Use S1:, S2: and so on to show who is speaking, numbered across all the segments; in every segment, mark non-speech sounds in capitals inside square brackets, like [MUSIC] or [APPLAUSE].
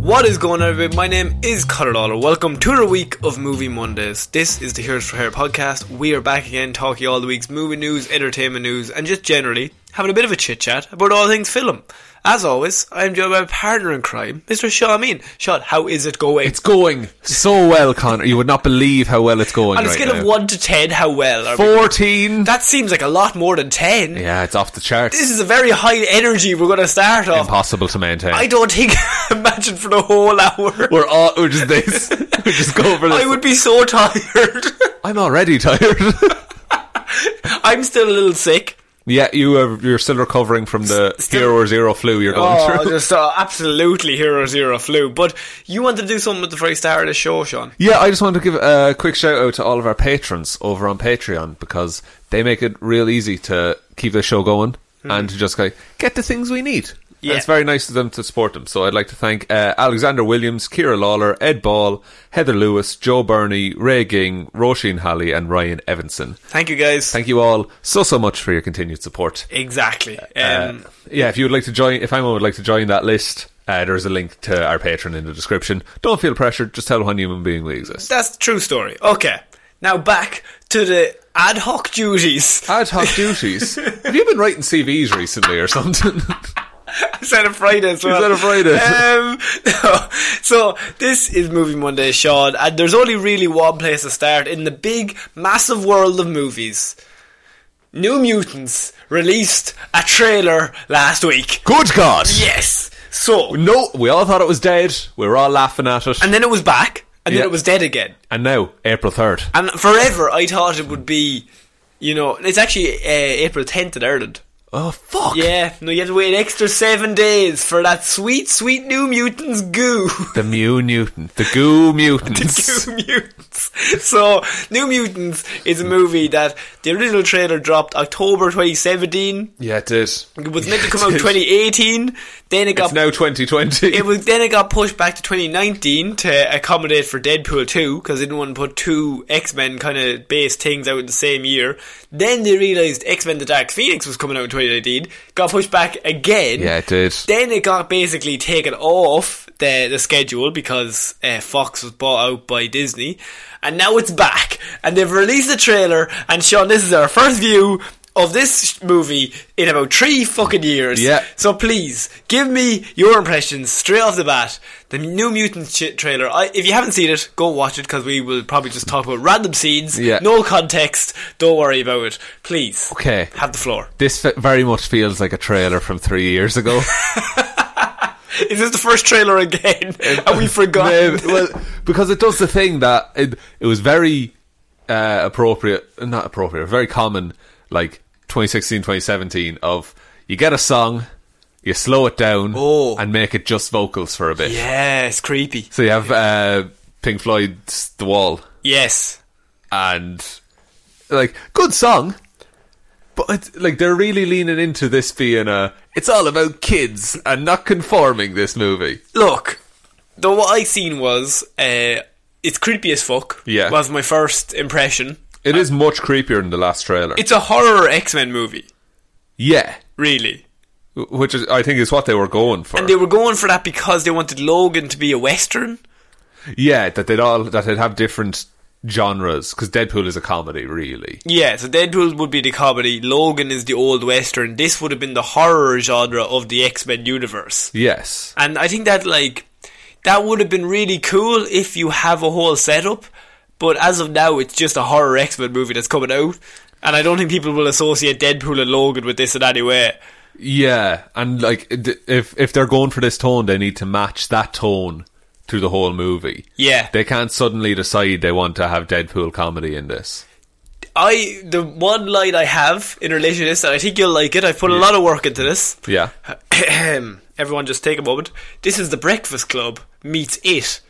S1: What is going on, everybody? My name is Connor Lawler. Welcome to another week of Movie Mondays. This is the Heroes for Hair podcast. We are back again talking all the week's movie news, entertainment news, and just generally having a bit of a chit chat about all things film. As always, I am joined by my partner in crime, Mr. Shaw Mean. Shaw, how is it going?
S2: It's going so well, Connor. You would not believe how well it's going.
S1: On a
S2: right
S1: scale
S2: now.
S1: of 1 to 10, how well are we-
S2: 14.
S1: That seems like a lot more than 10.
S2: yeah, it's off the charts.
S1: This is a very high energy we're going to start off.
S2: impossible to maintain.
S1: I don't think, [LAUGHS] imagine for the whole hour.
S2: we're all we're
S1: [LAUGHS]
S2: just this. we just go over this.
S1: I would be so [LAUGHS] tired.
S2: I'm already tired. [LAUGHS]
S1: I'm still a little sick.
S2: yeah, you are, you're still recovering from the hero zero flu you're going
S1: Oh,
S2: through.
S1: just uh, absolutely hero zero flu. But you wanted to do something at the very start of the show, Sean.
S2: Yeah, I just want to give a quick shout out to all of our patrons over on Patreon because they make it real easy to keep the show going and to just like, get the things we need. And
S1: Yeah.
S2: It's very nice of them to support them. So I'd like to thank uh, Alexander Williams, Kira Lawler, Ed Ball, Heather Lewis, Joe Burney, Ray Ging, Roisin Halley, and Ryan Evanson.
S1: Thank you guys.
S2: Thank you all so, so much for your continued support.
S1: exactly.
S2: Uh,
S1: Um,
S2: Yeah, if you would like to join, if anyone would like to join that list, uh, there's a link to our Patreon in the description. Don't feel pressured, just tell one human being we exist.
S1: that's the true story. Okay. Now back to the ad hoc duties.
S2: [LAUGHS] Ad hoc [LAUGHS] duties. Have you been writing CVs recently or something?
S1: Instead of Friday as well.
S2: Instead of Friday.
S1: Um, [LAUGHS] so this is Movie Monday, Sean, and there's only really one place to start in the big, massive world of movies. New Mutants released a trailer last week.
S2: [LAUGHS] Good God!
S1: Yes. So
S2: No, we all thought it was dead. We were all laughing at it.
S1: and
S2: And,
S1: then it was back, and
S2: Yeah.
S1: then it was dead again.
S2: now, April 3rd.
S1: And forever, I thought it would be, you know, it's actually uh, April 10th in Ireland.
S2: Oh, fuck.
S1: Yeah, no, you have to wait an extra seven days for that sweet, sweet New Mutants goo. [LAUGHS]
S2: The Mew Mutant. The Goo Mutants.
S1: New Mutants. So, New Mutants is a movie that the original trailer dropped October 2017.
S2: Yeah, it did.
S1: It was meant to [LAUGHS] come out 2018. Then it got
S2: It's now 2020.
S1: it was then it got pushed back to 2019 to accommodate for Deadpool 2 because they didn't want to put two X Men kind of based things out in the same year. Then they realized X Men: The Dark Phoenix was coming out in 2019, got pushed back again.
S2: yeah, it did.
S1: Then it got basically taken off the the schedule because uh, Fox was bought out by Disney, and now it's back. And they've released a trailer. And Sean, this is our first view of this sh- movie in about three fucking years.
S2: Yeah.
S1: So please give me your impressions straight off the bat. The New Mutants ch- trailer. I, if you haven't seen it, go watch it because we will probably just talk about random scenes.
S2: Yeah.
S1: No context. Don't worry about it. Please.
S2: Okay.
S1: Have the floor. [LAUGHS]
S2: This fe- very much feels like a trailer from three years [LAUGHS] ago.
S1: Is this the first trailer
S2: [LAUGHS]
S1: again? [LAUGHS] and we forgot.
S2: Maybe- well, because it does the thing that it, it was very uh, appropriate, not appropriate, very common, like 2016, 2017, of you get a song, you slow it down,
S1: Oh.
S2: and make it just vocals for a
S1: [LAUGHS]
S2: bit.
S1: Yes, creepy.
S2: So you have uh, Pink Floyd's The Wall,
S1: Yes.
S2: and like, good song. But it's, like they're really leaning into this being a. It's all about kids and not conforming. This movie.
S1: Look, though what I seen was uh, it's creepy as fuck.
S2: Yeah.
S1: was my first impression.
S2: It is much creepier than the last trailer.
S1: It's a horror X Men movie,
S2: yeah,
S1: really,
S2: Wh- which is I think is what they were going for.
S1: and they were going for that because they wanted Logan to be a western.
S2: yeah, that they'd all that they'd have different genres because Deadpool is a comedy, really.
S1: Yeah, so Deadpool would be the comedy, Logan is the old western. This would have been the horror genre of the X Men universe.
S2: Yes,
S1: And I think that like that would have been really cool if you have a whole setup, but as of now it's just a horror X Men movie that's coming out. And I don't think people will associate Deadpool and Logan with this in any way.
S2: yeah, and like d- if if they're going for this tone, they need to match that tone through the whole movie.
S1: Yeah.
S2: They can't suddenly decide they want to have Deadpool comedy in this.
S1: I the one line I have in relation to this, and I think you'll like it, I've put a lot of work into this. [CLEARS THROAT]
S2: Yeah.
S1: Everyone just take a moment. This is the Breakfast Club meets it.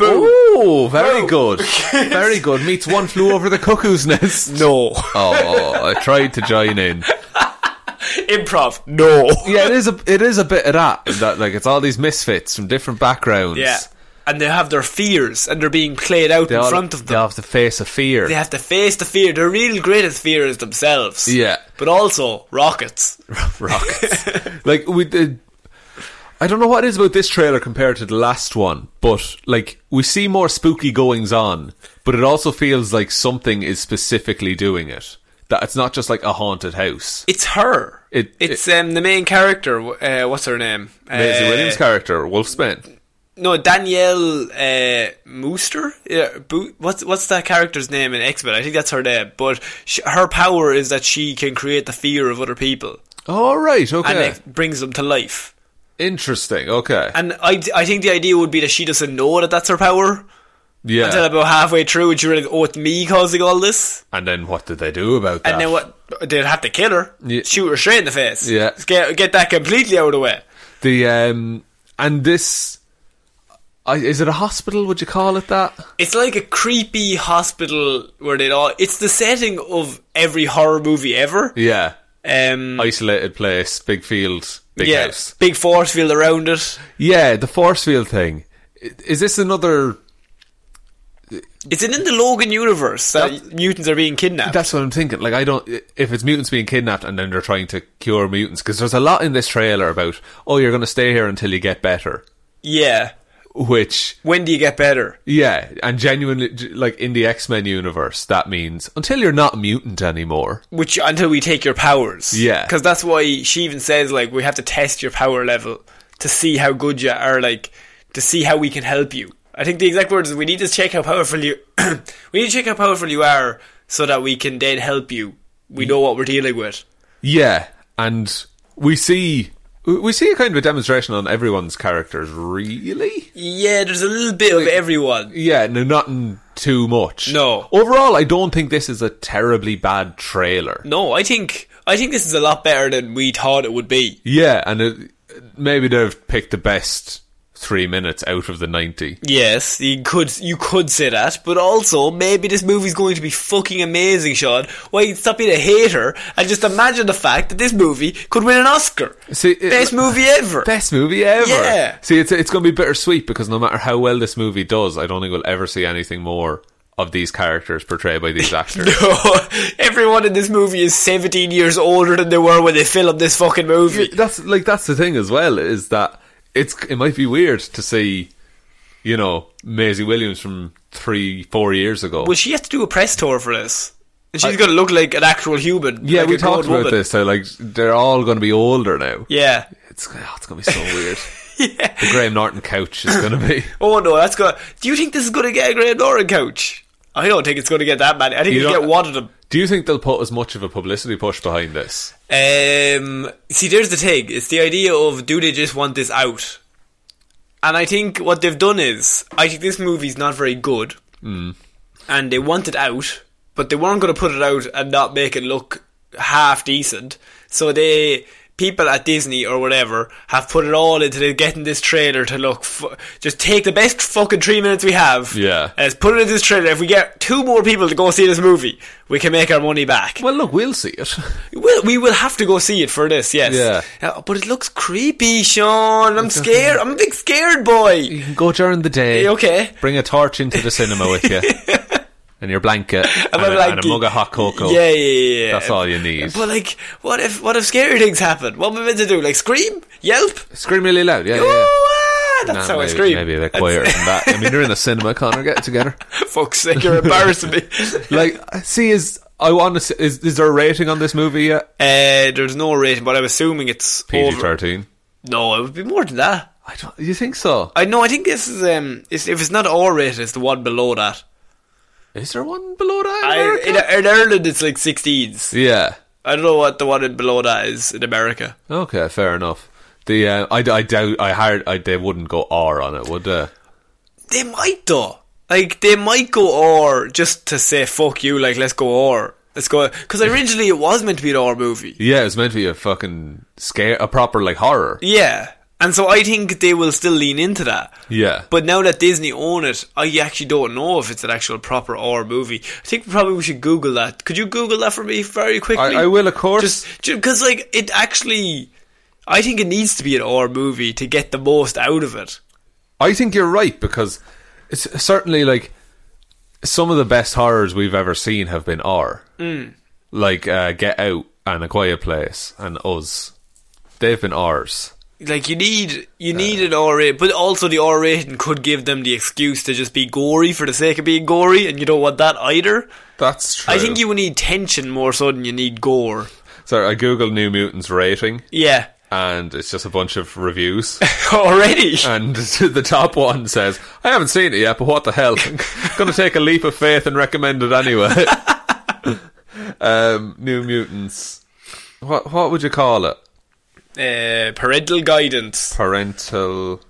S2: Oh,
S1: [LAUGHS]
S2: very good. very good. Meets one flew over the cuckoo's nest.
S1: No.
S2: Oh, I tried to join in.
S1: Improv. No.
S2: Yeah, it is a it is a bit of that. That like it's all these misfits from different backgrounds.
S1: Yeah. [LAUGHS] And they have their fears and they're being played out
S2: They
S1: in
S2: all,
S1: front of
S2: they
S1: them.
S2: all have to face a fear.
S1: They have to face the fear. Their real greatest fear is themselves.
S2: Yeah.
S1: But also
S2: [LAUGHS]
S1: rockets.
S2: [LAUGHS] rockets.
S1: [LAUGHS]
S2: like we did. I don't know what it is about this trailer compared to the last one, but like we see more spooky goings on, but it also feels like something is specifically doing it. That it's not just like a haunted house.
S1: It's her.
S2: It-
S1: it's um, the main character. w- Uh, what's her name?
S2: Maisie
S1: Uh,
S2: Williams' character, Wolfsman.
S1: No, Danielle uh, Mooster. Yeah, Boo- what's what's that character's name in X Men? I think that's her name. But sh- her power is that she can create the fear of other people
S2: All right, okay,
S1: and it brings them to life.
S2: interesting. Okay,
S1: And I, I think the idea would be that she doesn't know that that's her power
S2: yeah.
S1: until about halfway through, and she realizes, oh, it's me causing all this.
S2: and then what did they do about that?
S1: And then what? They'd have to kill her,
S2: Yeah.
S1: shoot her straight in the face.
S2: Yeah.
S1: get, get that completely out of the way.
S2: The um, and this, I, is it a hospital? Would you call it that?
S1: It's like a creepy hospital where they all. It's the setting of every horror movie ever.
S2: Yeah,
S1: Um,
S2: isolated place, big field, big
S1: yeah,
S2: house.
S1: big force field around it.
S2: Yeah, the force field thing. I- Is this another?
S1: It's in the Logan universe that mutants are being kidnapped.
S2: That's what I'm thinking. Like, I don't. If it's mutants being kidnapped and then they're trying to cure mutants, because there's a lot in this trailer about, oh, you're going to stay here until you get better.
S1: yeah.
S2: Which,
S1: When do you get better?
S2: yeah, and genuinely, g- like in the X Men universe, that means until you're not a mutant anymore.
S1: Which until we take your powers.
S2: Yeah.
S1: because that's why she even says like we have to test your power level to see how good you are, like to see how we can help you. I think the exact words is we need to check how powerful you. [CLEARS THROAT] we need to check how powerful you are so that we can then help you. We know what we're dealing with.
S2: Yeah, and we see we see a kind of a demonstration on everyone's characters, really.
S1: Yeah, there's a little bit of everyone.
S2: Yeah, no, not in too much.
S1: No.
S2: overall, I don't think this is a terribly bad trailer.
S1: No, I think I think this is a lot better than we thought it would be.
S2: Yeah, and it, maybe they've picked the best three minutes out of the ninety.
S1: Yes, you could you could say that, but also maybe this movie's going to be fucking amazing, Sean. Why stop being a hater and just imagine the fact that this movie could win an Oscar.
S2: See, it-
S1: best movie ever.
S2: Best movie ever.
S1: Yeah.
S2: See, it's it's going to be bittersweet because no matter how well this movie does, I don't think we'll ever see anything more of these characters portrayed
S1: [LAUGHS]
S2: by these actors.
S1: [LAUGHS] Everyone in this movie is 17 years older than they were when they filmed this fucking movie.
S2: that's like that's the thing as well is that it's it might be weird to see you know Maisie Williams from three four years ago.
S1: Well, she has to do a press tour for this. And she's going to look like an actual human.
S2: yeah,
S1: like
S2: we
S1: a grown
S2: talked about
S1: woman.
S2: this. So like they're all going to be older now.
S1: Yeah.
S2: It's oh, it's going to be so
S1: [LAUGHS]
S2: weird. The Graham Norton couch is going to be.
S1: Oh no, that's going to. Do you think this is going to get a Graham Norton couch? I don't think it's going to get that many. I think
S2: You
S1: you
S2: don't-
S1: get one of them.
S2: Do you think they'll put as much of a publicity push behind this?
S1: Um, see, there's the thing. It's the idea of do they just want this out? And I think what they've done is, I think this movie's not very good, and they want it out, but they weren't going to put it out and not make it look half decent. So they people at Disney or whatever have put it all into the- getting this trailer to look. Fu- just take the best fucking three minutes we have.
S2: Yeah.
S1: And let's put it into this trailer. If we get two more people to go see this movie, we can make our money back.
S2: Well, look, we'll see it.
S1: Well, we will have to go see it for this, yes.
S2: Yeah.
S1: Uh, but it looks creepy, Sean. I'm scared. I'm a big scared boy.
S2: You can go during the day.
S1: Yeah, okay.
S2: Bring a torch into the cinema with
S1: [LAUGHS]
S2: you. And your blanket. And,
S1: my
S2: a, and a
S1: blanket.
S2: mug of hot cocoa.
S1: Yeah, yeah, yeah, yeah.
S2: That's all you need.
S1: But like, what if what if scary things happen? What am I meant to do? Like scream, yelp?
S2: Scream really loud, yeah, yeah. yeah.
S1: Oh, ah, that's
S2: Nah,
S1: how I
S2: maybe,
S1: scream.
S2: Maybe a
S1: [LAUGHS]
S2: bit quieter than that. I mean, you're in a cinema, Connor. Get it together.
S1: Fuck's sake, you're embarrassing
S2: [LAUGHS]
S1: me.
S2: Like, see, is I want to. See, is is there a rating on this movie yet?
S1: uh, there's no rating, but I'm assuming it's
S2: PG
S1: over-
S2: thirteen.
S1: No, it would be more than that.
S2: I don't. You think so?
S1: I know. I think this is um, it's, if it's not R rated, it's the one below that.
S2: Is there one below that? in
S1: I, in,
S2: America?
S1: in Ireland, it's like 16s.
S2: yeah.
S1: I don't know what the one in below that is in America.
S2: Okay. Fair enough. The uh, I, I doubt I hired I, they wouldn't go R on it, would they?
S1: They might though. Like they might go R just to say fuck you. Like let's go R. Let's go because originally it was meant to be an R movie.
S2: Yeah, it was meant to be a fucking scare, a proper like horror.
S1: Yeah, and so I think they will still lean into that.
S2: Yeah,
S1: But now that Disney own it, I actually don't know if it's an actual proper R movie. I think probably we should Google that. Could you Google that for me very quickly?
S2: I, I will of course.
S1: Just because like it actually, I think it needs to be an R movie to get the most out of it.
S2: I think you're right because it's certainly like some of the best horrors we've ever seen have been R, like uh, Get Out and A Quiet Place and Us. They've been R's.
S1: Like you need
S2: Uh,
S1: you need an R rating, but also the R rating could give them the excuse to just be gory for the sake of being gory, and you don't want that either.
S2: That's true.
S1: I think you would need tension more so than you need gore.
S2: Sorry, I googled New Mutants rating
S1: Yeah, [LAUGHS]
S2: and it's just a bunch of reviews.
S1: already.
S2: and [LAUGHS] the top one says, "I haven't seen it yet, but what the hell? [LAUGHS] Going to take a leap of faith and recommend it anyway." [LAUGHS] um, New Mutants. What what would you call it?
S1: Uh, parental guidance.
S2: parental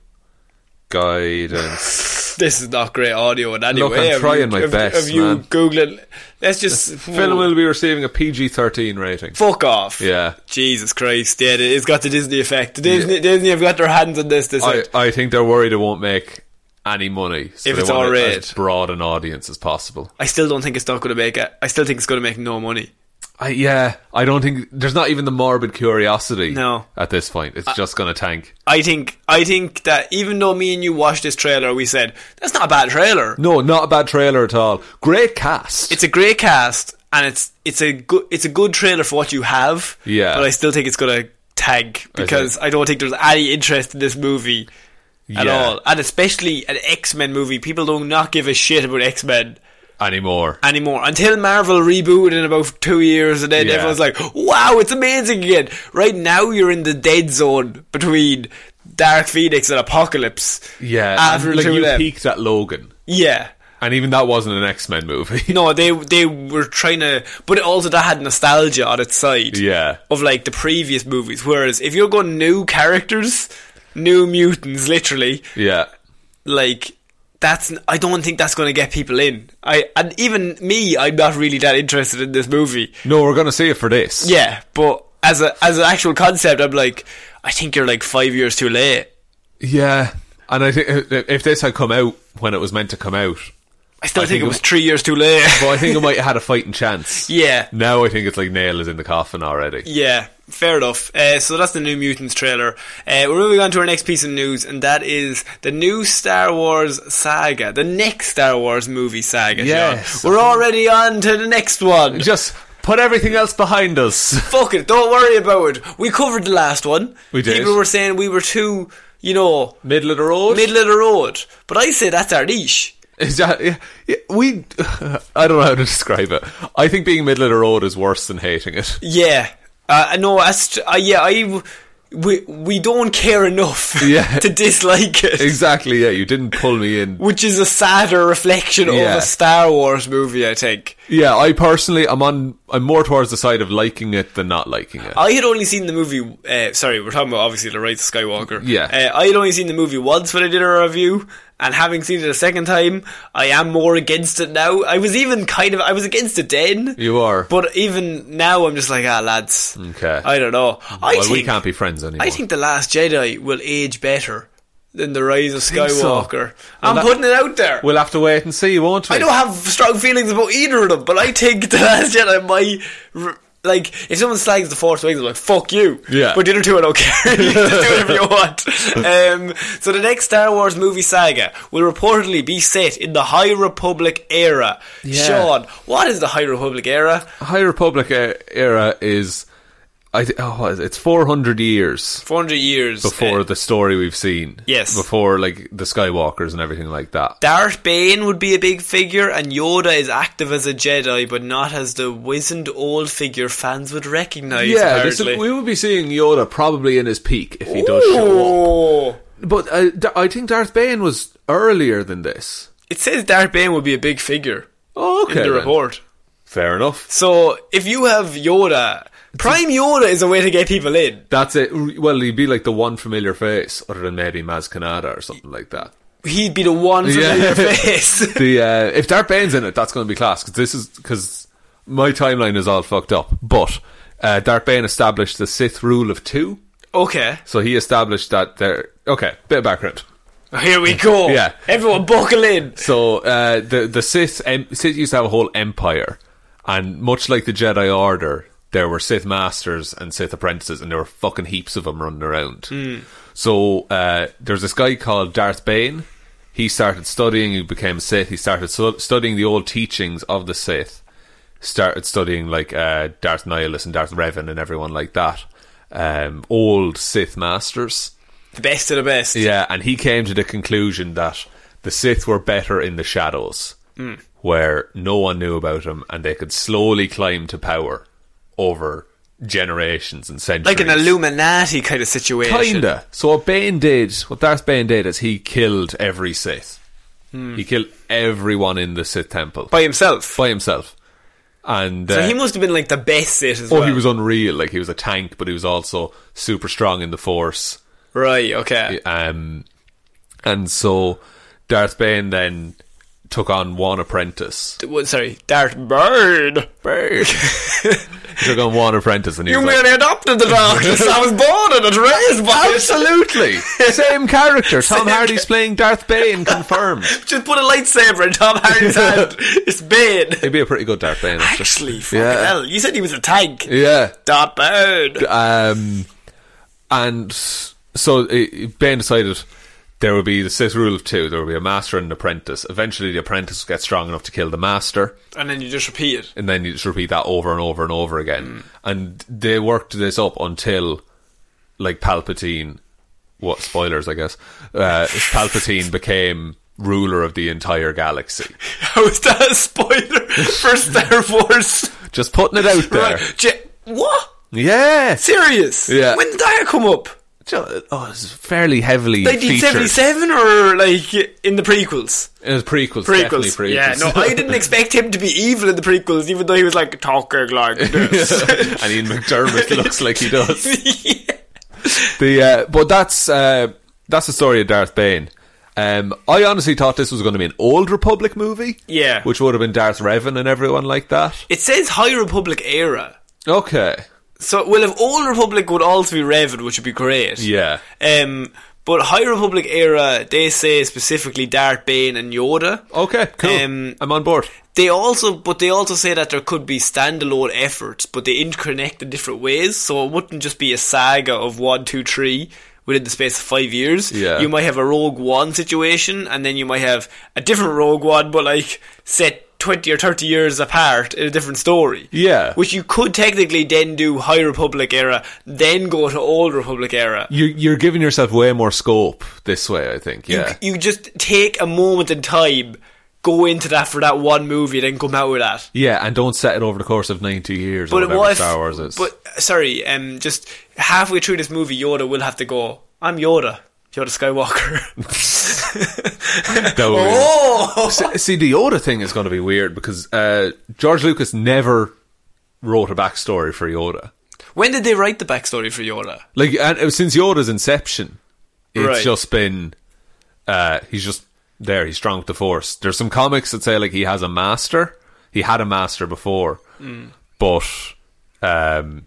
S2: guidance.
S1: This is not great audio in any
S2: Look,
S1: way.
S2: I'm
S1: Have
S2: trying
S1: you-
S2: my
S1: have-
S2: best,
S1: Have you
S2: man.
S1: googling? Let's just
S2: Film will be receiving a PG 13 rating.
S1: fuck off.
S2: Yeah.
S1: Jesus Christ! Yeah, it's got the Disney effect. The Disney, Disney have got their hands on this. This
S2: I, I think they're worried it won't make any money. So
S1: If
S2: they
S1: it's
S2: want it
S1: R-rated.
S2: As broad an audience as possible.
S1: I still don't think it's not going to make it. I still think it's going to make no money.
S2: I, yeah, I don't think there's not even the morbid curiosity
S1: No.
S2: at this point. It's just going to tank.
S1: I think I think that even though me and you watched this trailer, we said that's not a bad trailer.
S2: No, not a bad trailer at all. Great cast.
S1: It's a great cast, and it's it's a good it's a good trailer for what you have.
S2: Yeah.
S1: but I still think it's gonna tag because I, don't think there's any interest in this movie at
S2: Yeah.
S1: all, and especially an X Men movie. People do not give a shit about X Men
S2: anymore.
S1: anymore until Marvel rebooted in about two years, and then
S2: Yeah.
S1: everyone's like, "Wow, it's amazing again!" Right now, you're in the dead zone between Dark Phoenix and Apocalypse.
S2: yeah,
S1: after
S2: and, like
S1: two
S2: you
S1: of them.
S2: peaked at Logan,
S1: yeah.
S2: and even that wasn't an X Men movie. [LAUGHS]
S1: No, they they were trying to, but it also that had nostalgia on its side.
S2: Yeah.
S1: of like the previous movies. Whereas if you're going new characters, new mutants, literally,
S2: yeah,
S1: like that's I don't think that's going to get people in. I and even me, I'm not really that interested in this movie.
S2: no, we're going to see it for this.
S1: Yeah, but as a as an actual concept, I'm like, I think you're like five years too late.
S2: Yeah, and I think uh, if this had come out when it was meant to come out,
S1: I still
S2: I
S1: think,
S2: think
S1: it
S2: it
S1: was
S2: w-
S1: three years too [LAUGHS] late.
S2: well, I think it might have had a fighting chance.
S1: [LAUGHS] yeah,
S2: Now I think it's like nail is in the coffin already.
S1: Yeah, fair enough. Uh, so that's the New Mutants trailer. Uh, we're moving on to our next piece of news, and that is the new Star Wars saga, the next Star Wars movie saga. Sean.
S2: Yes.
S1: we're already on to the next one.
S2: Just put everything else behind us. [LAUGHS]
S1: Fuck it, don't worry about it. We covered the last one.
S2: We did.
S1: People were saying we were too, you know,
S2: Middle of the road.
S1: middle of the road, but I say that's our niche.
S2: Is that- yeah, yeah, we? [LAUGHS] I don't know how to describe it. I think being middle of the road is worse than hating it.
S1: [LAUGHS]
S2: [LAUGHS]
S1: Yeah, uh, no, that's uh, yeah. I we we don't care enough [LAUGHS]
S2: Yeah.
S1: to dislike it.
S2: Exactly. Yeah, you didn't pull me in.
S1: which is a sadder reflection of
S2: Yeah.
S1: a Star Wars movie, I think.
S2: yeah, I personally, I'm on, I'm more towards the side of liking it than not liking it.
S1: I had only seen the movie. Uh, sorry, we're talking about obviously the Rise of Skywalker.
S2: Yeah.
S1: Uh, I had only seen the movie once when I did a review, and having seen it a second time, I am more against it now. I was even kind of I was against it then.
S2: You are.
S1: But even now, I'm just like, ah, lads.
S2: Okay.
S1: I don't know. I
S2: well,
S1: think,
S2: we can't be friends anymore.
S1: I think the Last Jedi will age better than the Rise of
S2: think so.
S1: Skywalker. I'm
S2: that-
S1: putting it out there.
S2: we'll have to wait and see, won't we?
S1: I don't have strong feelings about either of them, but I think [LAUGHS] the Last Jedi might. r like, if someone slags the Force Awakens, I'm like, fuck you.
S2: Yeah.
S1: But the other two, I don't [LAUGHS] care. you just do whatever
S2: [LAUGHS]
S1: you want. Um, so the next Star Wars movie saga will reportedly be set in the High Republic era.
S2: Yeah.
S1: Sean, what is the High Republic era?
S2: High Republic e- era is, I th- oh, what is it? it's 400 years
S1: 400 years.
S2: before
S1: Uh,
S2: the story we've seen.
S1: Yes.
S2: Before like the Skywalkers and everything like that.
S1: Darth Bane would be a big figure, and Yoda is active as a Jedi, but not as the wizened old figure fans would recognize.
S2: yeah, this is-
S1: apparently.
S2: we will be seeing Yoda probably in his peak if he does show up.
S1: Oh.
S2: But uh, D- I think Darth Bane was earlier than this.
S1: It says Darth Bane will be a big figure
S2: Oh,
S1: in the
S2: then.
S1: report.
S2: Fair enough.
S1: So if you have Yoda, Prime Yoda is a way to get people in.
S2: That's it. R- Well, he'd be like the one familiar face, other than maybe Maz Kanata or something like that.
S1: He'd be the [LAUGHS] one familiar
S2: Yeah.
S1: face.
S2: the uh, if Darth Bane's in it, that's going to be class because this is because my timeline is all fucked up. But uh, Darth Bane established the Sith rule of two,
S1: okay,
S2: so he established that there. Okay, bit of background.
S1: here we go.
S2: Yeah.
S1: everyone buckle in.
S2: [LAUGHS] So uh, the the Sith em- Sith used to have a whole empire, and much like the Jedi Order, there were Sith masters and Sith apprentices, and there were fucking heaps of them running around. So uh, there's this guy called Darth Bane. He started studying. He became a Sith. He started stu- studying the old teachings of the Sith. Started studying like uh, Darth Nihilus and Darth Revan and everyone like that. Um, old Sith masters.
S1: The best of the best.
S2: Yeah, and he came to the conclusion that the Sith were better in the shadows,
S1: Hmm.
S2: where no one knew about them, and they could slowly climb to power over generations and centuries.
S1: Like an Illuminati kind of situation.
S2: Kinda. So what Bane did, what Darth Bane did, is he killed every Sith. He killed everyone in the Sith temple
S1: Hmm. by himself.
S2: by himself, and
S1: so
S2: uh,
S1: he must have been like the best Sith as
S2: oh,
S1: well.
S2: he was unreal. Like he was a tank, but he was also super strong in the Force.
S1: right. Okay.
S2: Um, and so Darth Bane then took on one apprentice.
S1: D- what- Sorry, Darth Bird. [LAUGHS]
S2: Bird. he took on one apprentice, and he
S1: You
S2: was like,
S1: merely adopted the
S2: [LAUGHS]
S1: darkness. I was born in it, raised by it.
S2: absolutely
S1: [LAUGHS]
S2: same character. Tom Hardy's playing Darth Bane. Confirmed.
S1: Just put a lightsaber in Tom
S2: [LAUGHS]
S1: Hardy's hand. It's Bane.
S2: He'd be a pretty good Darth Bane.
S1: Actually, fucking
S2: Yeah.
S1: hell, you said he was a tank.
S2: yeah.
S1: Dot bird.
S2: Um, and so uh, Bane decided there would be the Sith rule of two. There would be a master and an apprentice. Eventually, the apprentice would get strong enough to kill the master.
S1: And then you just repeat it.
S2: and then you just repeat that over and over and over
S1: Mm.
S2: again. And they worked this up until, like Palpatine, what spoilers, I guess. Uh, Palpatine became ruler of the entire galaxy.
S1: [LAUGHS] How is that a spoiler for Star Wars?
S2: Just putting it out there.
S1: Right. J- what?
S2: Yeah,
S1: Serious?
S2: Yeah.
S1: When did that come up?
S2: Ju- oh, it's fairly heavily featured.
S1: 1977 or like in the prequels?
S2: It was prequels, definitely
S1: Prequels.
S2: prequels.
S1: Yeah, no, I
S2: [LAUGHS]
S1: didn't expect him to be evil in the prequels, even though he was like talking
S2: [LAUGHS]
S1: like this. [LAUGHS]
S2: and Ian McDermott looks like he does. The uh, but that's uh, that's the story of Darth Bane. Um, I honestly thought this was going to be an old Republic movie.
S1: Yeah.
S2: which would have been Darth Revan and everyone like that.
S1: [LAUGHS] it says High Republic era.
S2: Okay,
S1: So, well, if Old Republic would also be Revan, which would be great.
S2: yeah,
S1: Um, but High Republic era, they say specifically Darth Bane and Yoda.
S2: okay, cool.
S1: Um,
S2: I'm on board.
S1: They also, but they also say that there could be standalone efforts, but they interconnect in different ways, so it wouldn't just be a saga of one, two, three within the space of five years.
S2: Yeah.
S1: You might have a Rogue One situation, and then you might have a different Rogue One, but like set twenty or thirty years apart in a different story.
S2: Yeah.
S1: Which you could technically then do High Republic era, then go to Old Republic era.
S2: You're, you're giving yourself way more scope this way. I think. Yeah,
S1: You just take a moment in time, go into that for that one movie, then come out with that.
S2: yeah, and don't set it over the course of ninety years. or
S1: But
S2: whatever
S1: what if,
S2: Star Wars is.
S1: But sorry, um, just
S2: [LAUGHS]
S1: halfway through this movie, Yoda will have to go. I'm Yoda. Yoda Skywalker. [LAUGHS]
S2: Though-
S1: Oh!
S2: See, see, the Yoda thing is going to be weird because uh, George Lucas never wrote a backstory for Yoda.
S1: When did they write the backstory for Yoda?
S2: Like, and it was since Yoda's inception, it's
S1: Right.
S2: just been uh, he's just there. He's strong with the Force. There's some comics that say like he has a master. He had a master before, but um,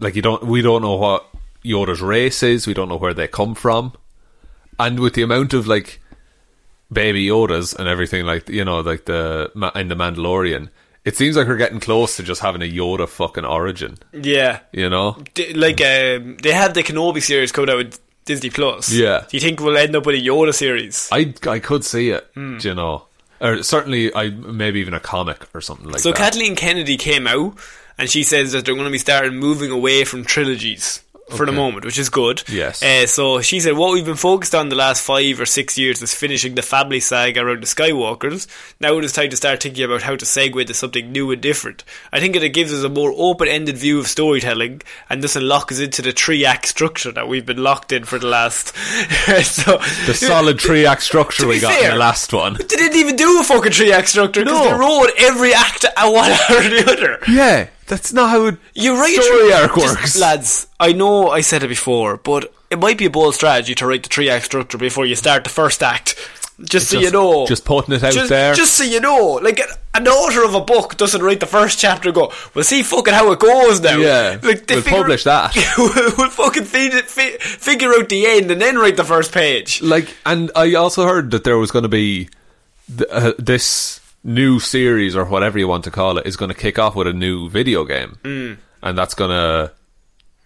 S2: like you don't. We don't know what Yoda's race is. We don't know where they come from, and with the amount of like baby Yodas and everything, like you know, like the Ma- in the Mandalorian. It seems like we're getting close to just having a Yoda fucking origin,
S1: Yeah.
S2: you know?
S1: D- like, um, they had the Kenobi series coming out with Disney Plus.
S2: Yeah.
S1: Do you think we'll end up with a Yoda series?
S2: I, I could see it,
S1: Hmm.
S2: do you know, or certainly I maybe even a comic or something like
S1: So
S2: that.
S1: Kathleen Kennedy came out and she says that they're going to be starting moving away from trilogies for the
S2: Okay.
S1: moment, which is good.
S2: Yes.
S1: Uh, so she said, what we've been focused on the last five or six years is finishing the family saga around the Skywalkers. Now it is time to start thinking about how to segue to something new and different. I think that it gives us a more open-ended view of storytelling and thus unlocks us into the three-act structure that we've been locked in for the last... [LAUGHS] so
S2: the solid three act
S1: [LAUGHS]
S2: structure
S1: To
S2: we
S1: be
S2: got in
S1: fair-
S2: the last one.
S1: They didn't even do a fucking three-act structure because
S2: No.
S1: they wrote every act at one [LAUGHS] after the other.
S2: Yeah, that's not how it,
S1: You write a
S2: story
S1: three-
S2: arc
S1: just-
S2: works.
S1: lads. I know I said it before, but it might be a bold strategy to write the three act structure before you start the first act, just so you
S2: Just-
S1: know.
S2: just putting it out
S1: just,
S2: there.
S1: just so you know, like an- an author of a book doesn't write the first chapter. and Go, we'll see fucking how it goes now.
S2: Yeah,
S1: like they
S2: we'll
S1: figure-
S2: publish that.
S1: [LAUGHS] we'll, we'll fucking feed it, fi- figure out the end and then write the first page.
S2: like, and I also heard that there was going to be th- uh, this new series or whatever you want to call it is going to kick off with a new video game,
S1: Hmm.
S2: mm. and that's gonna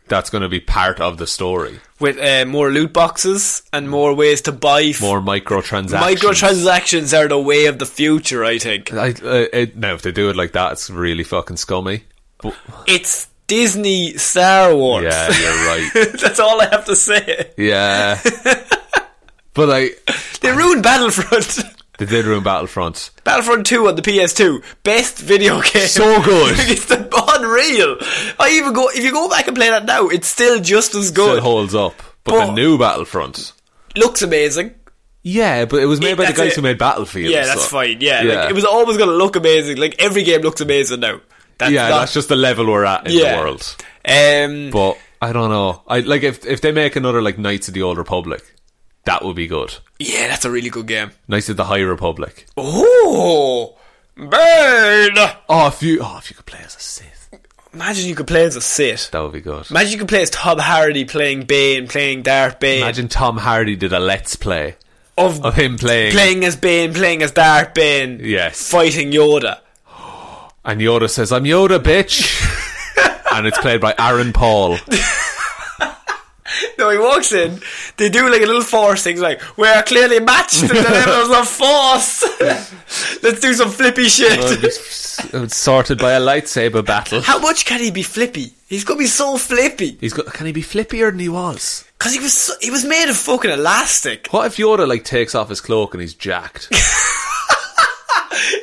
S2: that's gonna be part of the story.
S1: With uh, more loot boxes and more ways to buy. f-
S2: Mm. More microtransactions.
S1: Microtransactions are the way of the future, I
S2: [LAUGHS]
S1: think.
S2: I, uh, it, now, if they do it like that, it's really fucking scummy. But
S1: It's Disney Star Wars.
S2: yeah, you're right.
S1: [LAUGHS] That's all I have to say.
S2: Yeah, but I
S1: They ruined Battlefront. [LAUGHS]
S2: they did ruin Battlefront.
S1: Battlefront 2 on the PS2. Best video [LAUGHS] game.
S2: So good.
S1: Like, it's the, unreal. I even go, if you go back and play that now, it's still just as
S2: Still
S1: good.
S2: holds up, but,
S1: But-
S2: the new Battlefront.
S1: Looks amazing.
S2: Yeah, but it was made
S1: Yeah,
S2: by the
S1: that's
S2: guys
S1: it.
S2: who made Battlefield.
S1: yeah, that's
S2: so-
S1: fine. Yeah, Like, it was always going to look amazing. Like, every game looks amazing now. That's
S2: yeah,
S1: not-
S2: that's just the level we're at in
S1: Yeah.
S2: the world.
S1: Um,
S2: But I don't know. I like if if they make another like Knights of the Old Republic, that would be good.
S1: yeah, that's a really good game.
S2: Knights of the High Republic.
S1: Oh, bird!
S2: Oh, if you oh if you could play as a Sith,
S1: Imagine you could play as a Sith.
S2: that would be good.
S1: Imagine you could play as Tom Hardy playing Bane, playing Darth Bane.
S2: Imagine Tom Hardy did a Let's Play
S1: of,
S2: of him playing,
S1: playing as Bane, playing as Darth Bane,
S2: Yes.
S1: fighting Yoda.
S2: and Yoda says, "I'm Yoda,
S1: [LAUGHS]
S2: bitch," and it's played by Aaron Paul.
S1: No, he walks in. They do like a little force thing, like we're clearly matched in the levels of force. Let's do some flippy shit.
S2: It's sorted by a lightsaber battle.
S1: [LAUGHS] How much can he be flippy? He's gonna be so flippy
S2: He's got. Can he be flippier than he was?
S1: because he was so, he was made of fucking elastic.
S2: What if Yoda like takes off his cloak and he's [LAUGHS] jacked?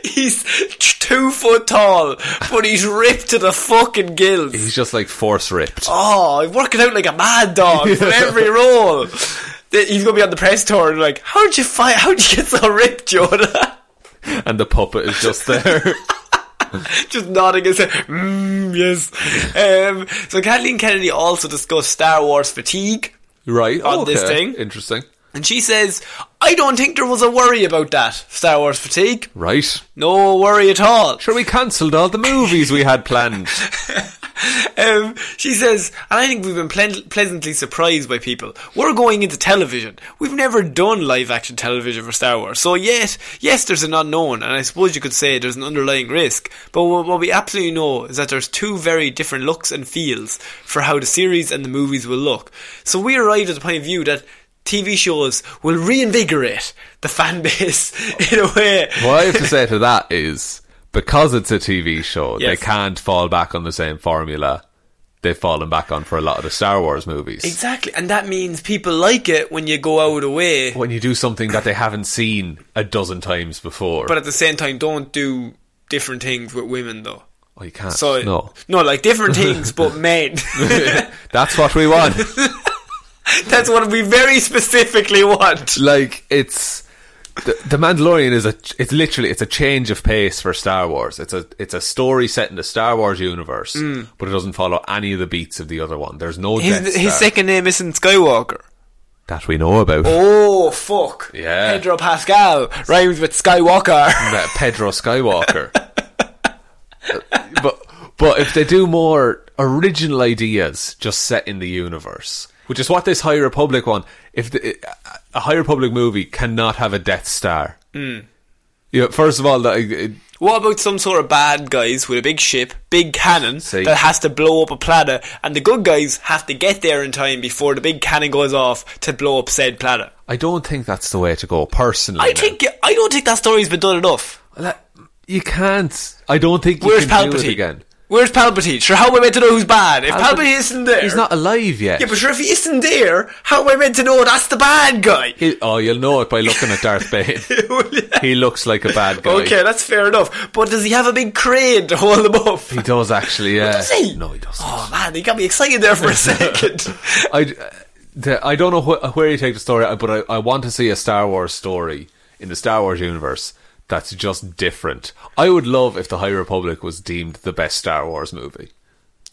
S1: He's t- two foot tall, but he's ripped to the fucking gills.
S2: He's just like force ripped.
S1: oh, I'm working out like a mad dog for every role. Th- He's gonna be on the press tour and like, how'd you fight? How'd you get so ripped, Yoda?
S2: and the puppet is just [LAUGHS] there.
S1: [LAUGHS] Just nodding and saying, mm, yes. Um, so Kathleen Kennedy also discussed Star Wars fatigue,
S2: right.
S1: On
S2: okay.
S1: this thing.
S2: Interesting.
S1: and she says, I don't think there was a worry about that. Star Wars fatigue,
S2: Right.
S1: no worry at all.
S2: Sure, we cancelled all the movies we had [LAUGHS] planned.
S1: Um, she says, and I think we've been ple- pleasantly surprised by people. We're going into television. We've never done live action television for Star Wars. So, yet, yes, there's an unknown, and I suppose you could say there's an underlying risk. But what, what we absolutely know is that there's two very different looks and feels for how the series and the movies will look. So, we arrived at the point of view that. TV shows will reinvigorate the fan base [LAUGHS] in a way.
S2: what I have to say to that is because it's a TV show,
S1: Yes.
S2: they can't fall back on the same formula they've fallen back on for a lot of the Star Wars movies.
S1: Exactly, and that means people like it when you go out of the way.
S2: When you do something that they haven't seen a dozen times before,
S1: But at the same time, don't do different things with women, though.
S2: oh, you can't.
S1: So
S2: no,
S1: no, like
S2: [LAUGHS]
S1: different things, but men. [LAUGHS]
S2: that's what we want.
S1: That's what we very specifically want.
S2: like it's the, the Mandalorian is a it's literally it's a change of pace for Star Wars. It's a it's a story set in the Star Wars universe, but it doesn't follow any of the beats of the other one. There's no
S1: Mm. His,
S2: Death
S1: his
S2: Star
S1: second name isn't Skywalker.
S2: that we know about.
S1: Oh fuck!
S2: Yeah.
S1: Pedro Pascal rhymes with
S2: [LAUGHS]
S1: Skywalker.
S2: That Pedro Skywalker. but but if they do more original ideas just set in the universe, which is what this High Republic one, if the, a High Republic movie cannot have a Death Star.
S1: Hmm.
S2: You know, first of all, that it,
S1: What about some sort of bad guys with a big ship, big cannon
S2: See.
S1: that has to blow up a planet, and the good guys have to get there in time before the big cannon goes off to blow up said planet?
S2: I don't think that's the way to go. Personally,
S1: I
S2: now.
S1: think I don't think that story's been done enough.
S2: That- you can't. I don't think you
S1: Where's
S2: can do it
S1: Palpatine?
S2: again.
S1: Where's Palpatine? Sure, how am I meant to know who's bad? If
S2: Palpa-
S1: Palpatine, isn't there,
S2: He's not alive yet.
S1: Yeah, but sure, if he isn't there, how am I meant to know that's the bad
S2: [LAUGHS]
S1: guy?
S2: He- oh, you'll know it by looking
S1: [LAUGHS]
S2: at Darth Bane. He looks like a bad guy.
S1: Okay, that's fair enough. But does he have a big crane to hold him up?
S2: He does actually. Yeah.
S1: Does he?
S2: No, he doesn't.
S1: Oh man, he got me excited there
S2: [LAUGHS]
S1: for a second.
S2: I, uh, the, I don't know wh- where you take the story, but I, I want to see a Star Wars story in the Star Wars universe that's just different. I would love if the High Republic was deemed the best Star Wars movie.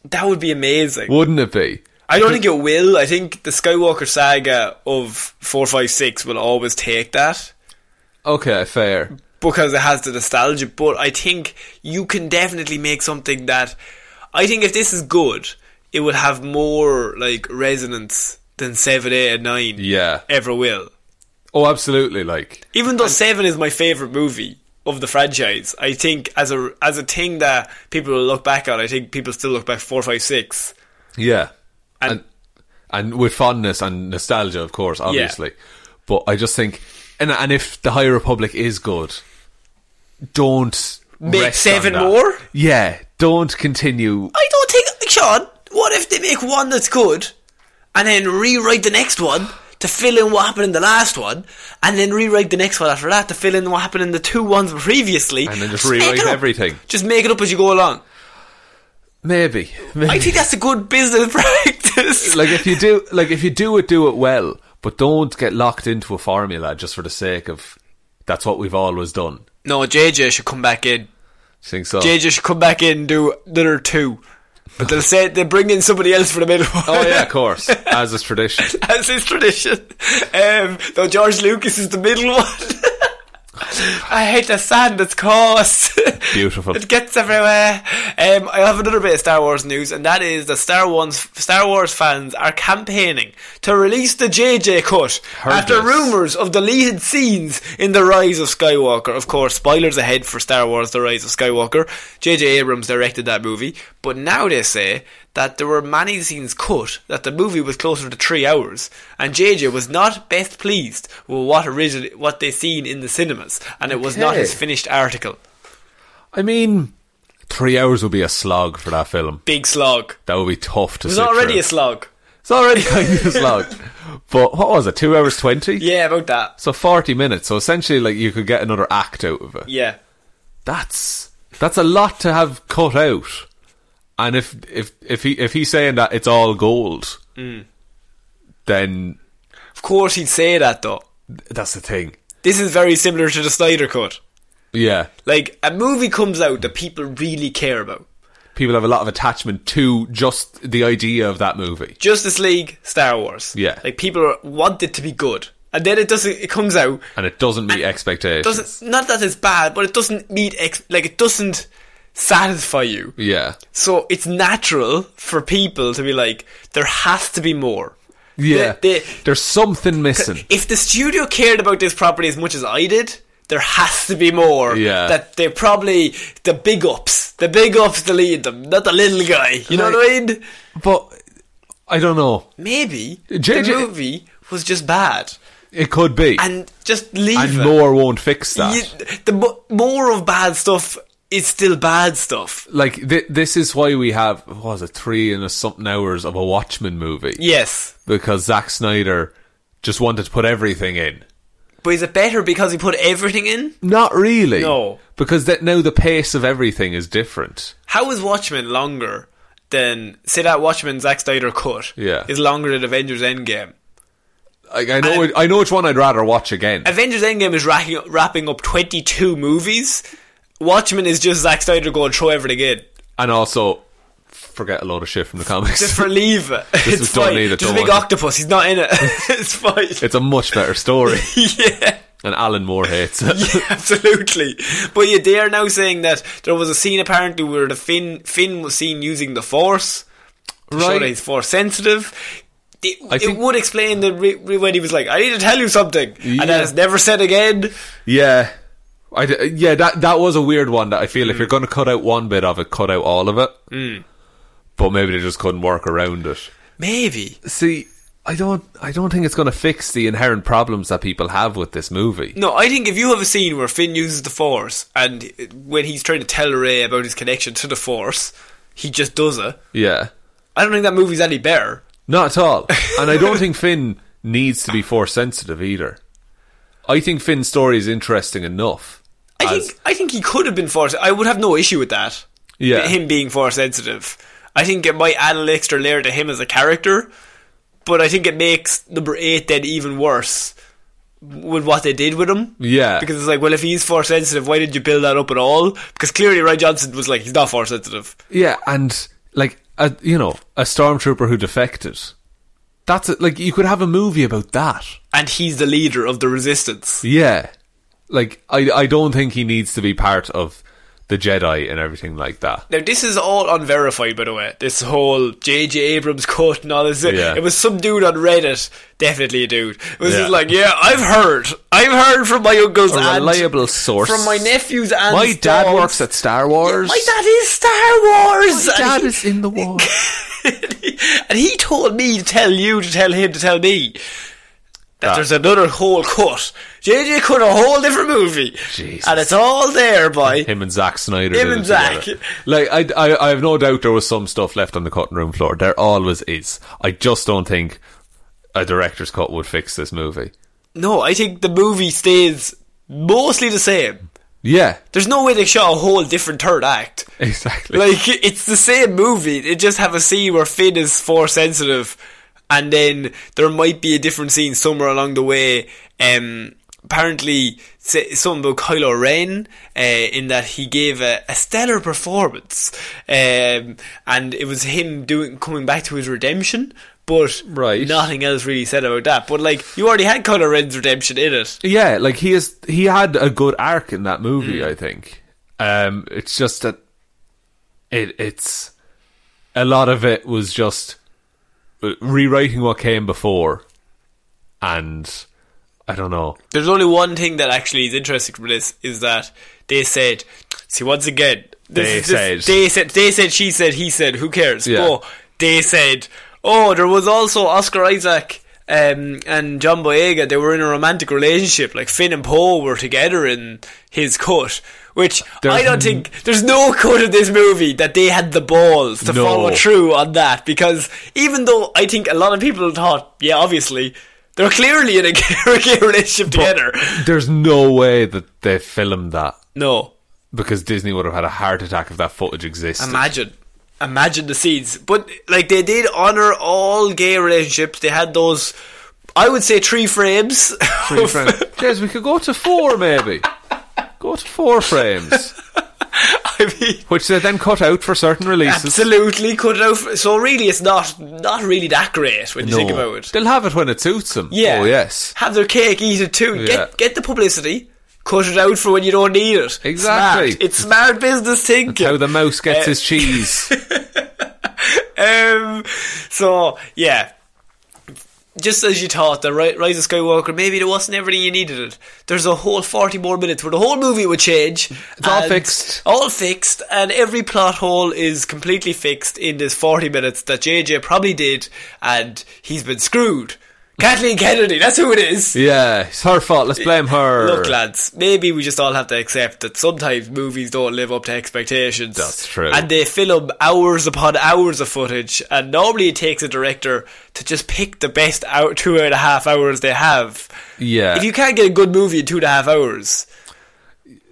S1: that would be amazing.
S2: Wouldn't it be?
S1: I don't think it will. I think the Skywalker saga of four, five, six will always take that
S2: Okay, fair.
S1: because it has the nostalgia. But I think you can definitely make something that I think if this is good, it will have more like resonance than seven, eight, and nine
S2: Yeah.
S1: ever will.
S2: Oh, absolutely. Like,
S1: Even though Seven is my favorite movie of the franchise, I think as a as a thing that people will look back on, I think people still look back four, five, six.
S2: yeah.
S1: And-
S2: and and with fondness and nostalgia, of course, obviously. But I just think, and and if the High Republic is good, don't
S1: Make
S2: rest
S1: seven
S2: on that.
S1: more?
S2: Yeah, don't continue.
S1: I don't think, Sean. What if they make one that's good, and then rewrite the next one to fill in what happened in the last one, and then rewrite the next one after that to fill in what happened in the two ones previously,
S2: And then just
S1: make
S2: rewrite
S1: it up.
S2: everything.
S1: Just make it up as you go along.
S2: Maybe, maybe.
S1: I think that's a good business [LAUGHS] practice.
S2: like if you do, like if you do it, do it well, but don't get locked into a formula just for the sake of that's what we've always done. Do
S1: no, JJ should come back in.
S2: you think so?
S1: JJ should come back in and do another two. But they'll say they bring in somebody else for the middle one.
S2: [LAUGHS]
S1: [LAUGHS]
S2: oh yeah, of course, as is tradition.
S1: As is tradition. Um, though George Lucas is the middle one. [LAUGHS] I hate the sand that's caused.
S2: Beautiful.
S1: it gets everywhere. Um, I have another bit of Star Wars news, and that is that Star Wars, Star Wars fans are campaigning to release the JJ cut
S2: Heard
S1: after
S2: this.
S1: rumours of deleted scenes in The Rise of Skywalker. Of course, spoilers ahead for Star Wars The Rise of Skywalker. J.J. Abrams directed that movie, but now they say that there were many scenes cut, that the movie was closer to three hours, and J.J. was not best pleased with what, originally, what they seen in the cinemas, and it was not
S2: Okay.
S1: his finished article.
S2: I mean, three hours would be a slog for that film.
S1: Big slog.
S2: That would be tough to.
S1: It was
S2: sit
S1: already
S2: through.
S1: a slog.
S2: It's [LAUGHS] already kind of a slog. But what was it? Two hours twenty.
S1: Yeah, about that.
S2: So forty minutes. So essentially, like you could get another act out of it.
S1: Yeah.
S2: That's that's a lot to have cut out. And if if if he if he's saying that it's all gold,
S1: Mm.
S2: then
S1: Of course he'd say that though.
S2: that's the thing.
S1: This is very similar to the Snyder cut.
S2: Yeah,
S1: Like, a movie comes out that people really care about.
S2: people have a lot of attachment to just the idea of that movie.
S1: Justice League, Star Wars.
S2: Yeah.
S1: Like people are- want it to be good. And then it doesn't it comes out
S2: And it doesn't meet expectations.
S1: doesn't not that it's bad, but it doesn't meet ex- like it doesn't satisfy you.
S2: yeah,
S1: So it's natural for people to be like there has to be more.
S2: yeah.
S1: the-
S2: There's something missing.
S1: If the studio cared about this property as much as I did, there has to be more.
S2: Yeah.
S1: That they're probably the big ups. The big ups delete them, not the little guy. You know
S2: Like-
S1: what I mean?
S2: But I don't know.
S1: Maybe
S2: JJ
S1: the movie was just bad.
S2: It could be.
S1: And just leave
S2: and
S1: it.
S2: lore won't fix that.
S1: You- the mo- more of bad stuff is still bad stuff.
S2: like th- this is why we have what was it three and a something hours of a Watchmen movie
S1: Yes,
S2: because Zack Snyder just wanted to put everything in.
S1: but is it better because he put everything in?
S2: Not really.
S1: No.
S2: because that now the pace of everything is different.
S1: How is Watchmen longer than say that Watchmen Zack Snyder cut?
S2: Yeah.
S1: is longer than Avengers Endgame.
S2: Like, I know,
S1: And-
S2: it- I know which one I'd rather watch again.
S1: Avengers Endgame is racking up, wrapping up 22 movies. Watchmen is just Zack Snyder going throw everything in.
S2: And also, forget a load of shit from the comics. [LAUGHS]
S1: Just relieve it.
S2: Just
S1: it's
S2: don't
S1: fine.
S2: need it,
S1: Just a
S2: don't
S1: big
S2: want it.
S1: octopus. He's not in it. [LAUGHS] it's fine.
S2: it's a much better story, [LAUGHS]
S1: yeah.
S2: and Alan Moore hates it.
S1: Yeah, [LAUGHS] absolutely. But yeah, they are now saying that there was a scene apparently where the Finn Finn was seen using the Force. To Show
S2: [LAUGHS] Right.
S1: that he's Force sensitive. It,
S2: I
S1: it
S2: think-
S1: would explain the re- re- when he was like, "I need to tell you something,"
S2: Yeah.
S1: and that is never said again.
S2: Yeah. I d- yeah, that that was a weird one that I feel if
S1: Hmm.
S2: you're going to cut out one bit of it, cut out all of it. But maybe they just couldn't work around it.
S1: Maybe.
S2: See, I don't I don't think it's going to fix the inherent problems that people have with this movie.
S1: No, I think if you have a scene where Finn uses the Force, and when he's trying to tell Ray about his connection to the Force, he just does it.
S2: Yeah.
S1: I don't think that movie's any better.
S2: Not at all. [LAUGHS] And I don't think Finn needs to be force sensitive either. I think Finn's story is interesting enough.
S1: I
S2: as-
S1: think I think he could have been force. I would have no issue with that.
S2: Yeah.
S1: him being force sensitive. I think it might add an extra layer to him as a character, but I think it makes number eight then even worse with what they did with him.
S2: Yeah.
S1: because it's like, well, if he's force sensitive, why did you build that up at all? Because clearly, Ryan Johnson was like, he's not force sensitive.
S2: Yeah, and like a, you know, a stormtrooper who defected. That's a, like you could have a movie about that.
S1: And he's the leader of the resistance.
S2: Yeah. Like I I don't think he needs to be part of the Jedi and everything like that.
S1: Now this is all unverified, by the way. This whole J.J. Abrams cut and all this.
S2: Yeah.
S1: It was some dude on Reddit, definitely a dude. It was
S2: Yeah.
S1: just like, yeah, I've heard, I've heard from my uncle's
S2: A
S1: aunt,
S2: reliable source.
S1: from my nephew's aunt.
S2: My dad works at Star Wars.
S1: My dad is Star Wars.
S2: My dad
S1: and, he,
S2: is in
S1: [LAUGHS]
S2: the war.
S1: and he [LAUGHS] told me to tell you to tell him to tell me that
S2: Ah.
S1: there's another whole cut. JJ cut a whole different movie,
S2: Jesus.
S1: and it's all there,
S2: [LAUGHS]
S1: boy.
S2: Him and Zack Snyder.
S1: Him and
S2: did it together.
S1: Zack.
S2: Like I, I, I have no doubt there was some stuff left on the cutting room floor. There always is. I just don't think a director's cut would fix this movie.
S1: No, I think the movie stays mostly the same.
S2: Yeah,
S1: There's no way they shot a whole different third act.
S2: [LAUGHS] exactly.
S1: Like it's the same movie. They just have a scene where Finn is force sensitive, and then there might be a different scene somewhere along the way. Um, apparently, s- something about Kylo Ren uh, in that he gave a, a stellar performance, um, and it was him doing coming back to his redemption. But
S2: Right.
S1: nothing else really said about that. But like you already had Kylo Ren's redemption in it.
S2: Yeah, like he is. He had a good arc in that movie. I think. Um, it's just that it it's a lot of it was just uh, rewriting what came before, and I don't know.
S1: There's only one thing that actually is interesting from this is that they said, see, once again, this
S2: They
S1: is just-
S2: said.
S1: they said, they said, she said, he said, who cares?
S2: Yeah.
S1: But they said, oh, there was also Oscar Isaac um, and John Boyega. They were in a romantic relationship. Like Finn and Poe were together in his cut. Which I
S2: There's
S1: don't think there's no cut of this movie that they had the balls to
S2: No.
S1: follow through on that because even though I think a lot of people thought, yeah, obviously they're clearly in a [LAUGHS] gay relationship together.
S2: There's no way that they filmed that
S1: No.
S2: because Disney would have had a heart attack if that footage existed. [LAUGHS]
S1: Imagine. Imagine the scenes. But, like, they did honour all gay relationships. They had those, I would say, three frames.
S2: Three frames. Jez, we could go to four maybe. Go to four frames,
S1: [LAUGHS] I mean,
S2: which they then cut out for certain releases.
S1: absolutely cut it out. for- So, really, it's not not really that great when you think about it.
S2: They'll have it when it suits them.
S1: Yeah.
S2: Oh, yes.
S1: Have their cake, eat it too.
S2: Yeah.
S1: Get, get the publicity. Cut it out for when you don't need it.
S2: Exactly.
S1: Smart. It's smart business thinking.
S2: How the mouse gets
S1: Uh, [LAUGHS]
S2: his cheese.
S1: Um, so yeah, just as you thought, the Ri- Rise of Skywalker maybe there wasn't everything you needed. It there's a whole forty more minutes where the whole movie would change. It's
S2: all fixed.
S1: all fixed, and every plot hole is completely fixed in this forty minutes that JJ probably did, and he's been screwed. Kathleen Kennedy, that's who it is.
S2: yeah, it's her fault. Let's blame her.
S1: Look, lads, maybe we just all have to accept that sometimes movies don't live up to expectations.
S2: That's true.
S1: And they film hours upon hours of footage, and normally it takes a director to just pick the best hour, two and a half hours they have.
S2: Yeah.
S1: If you can't get a good movie in two and a half hours,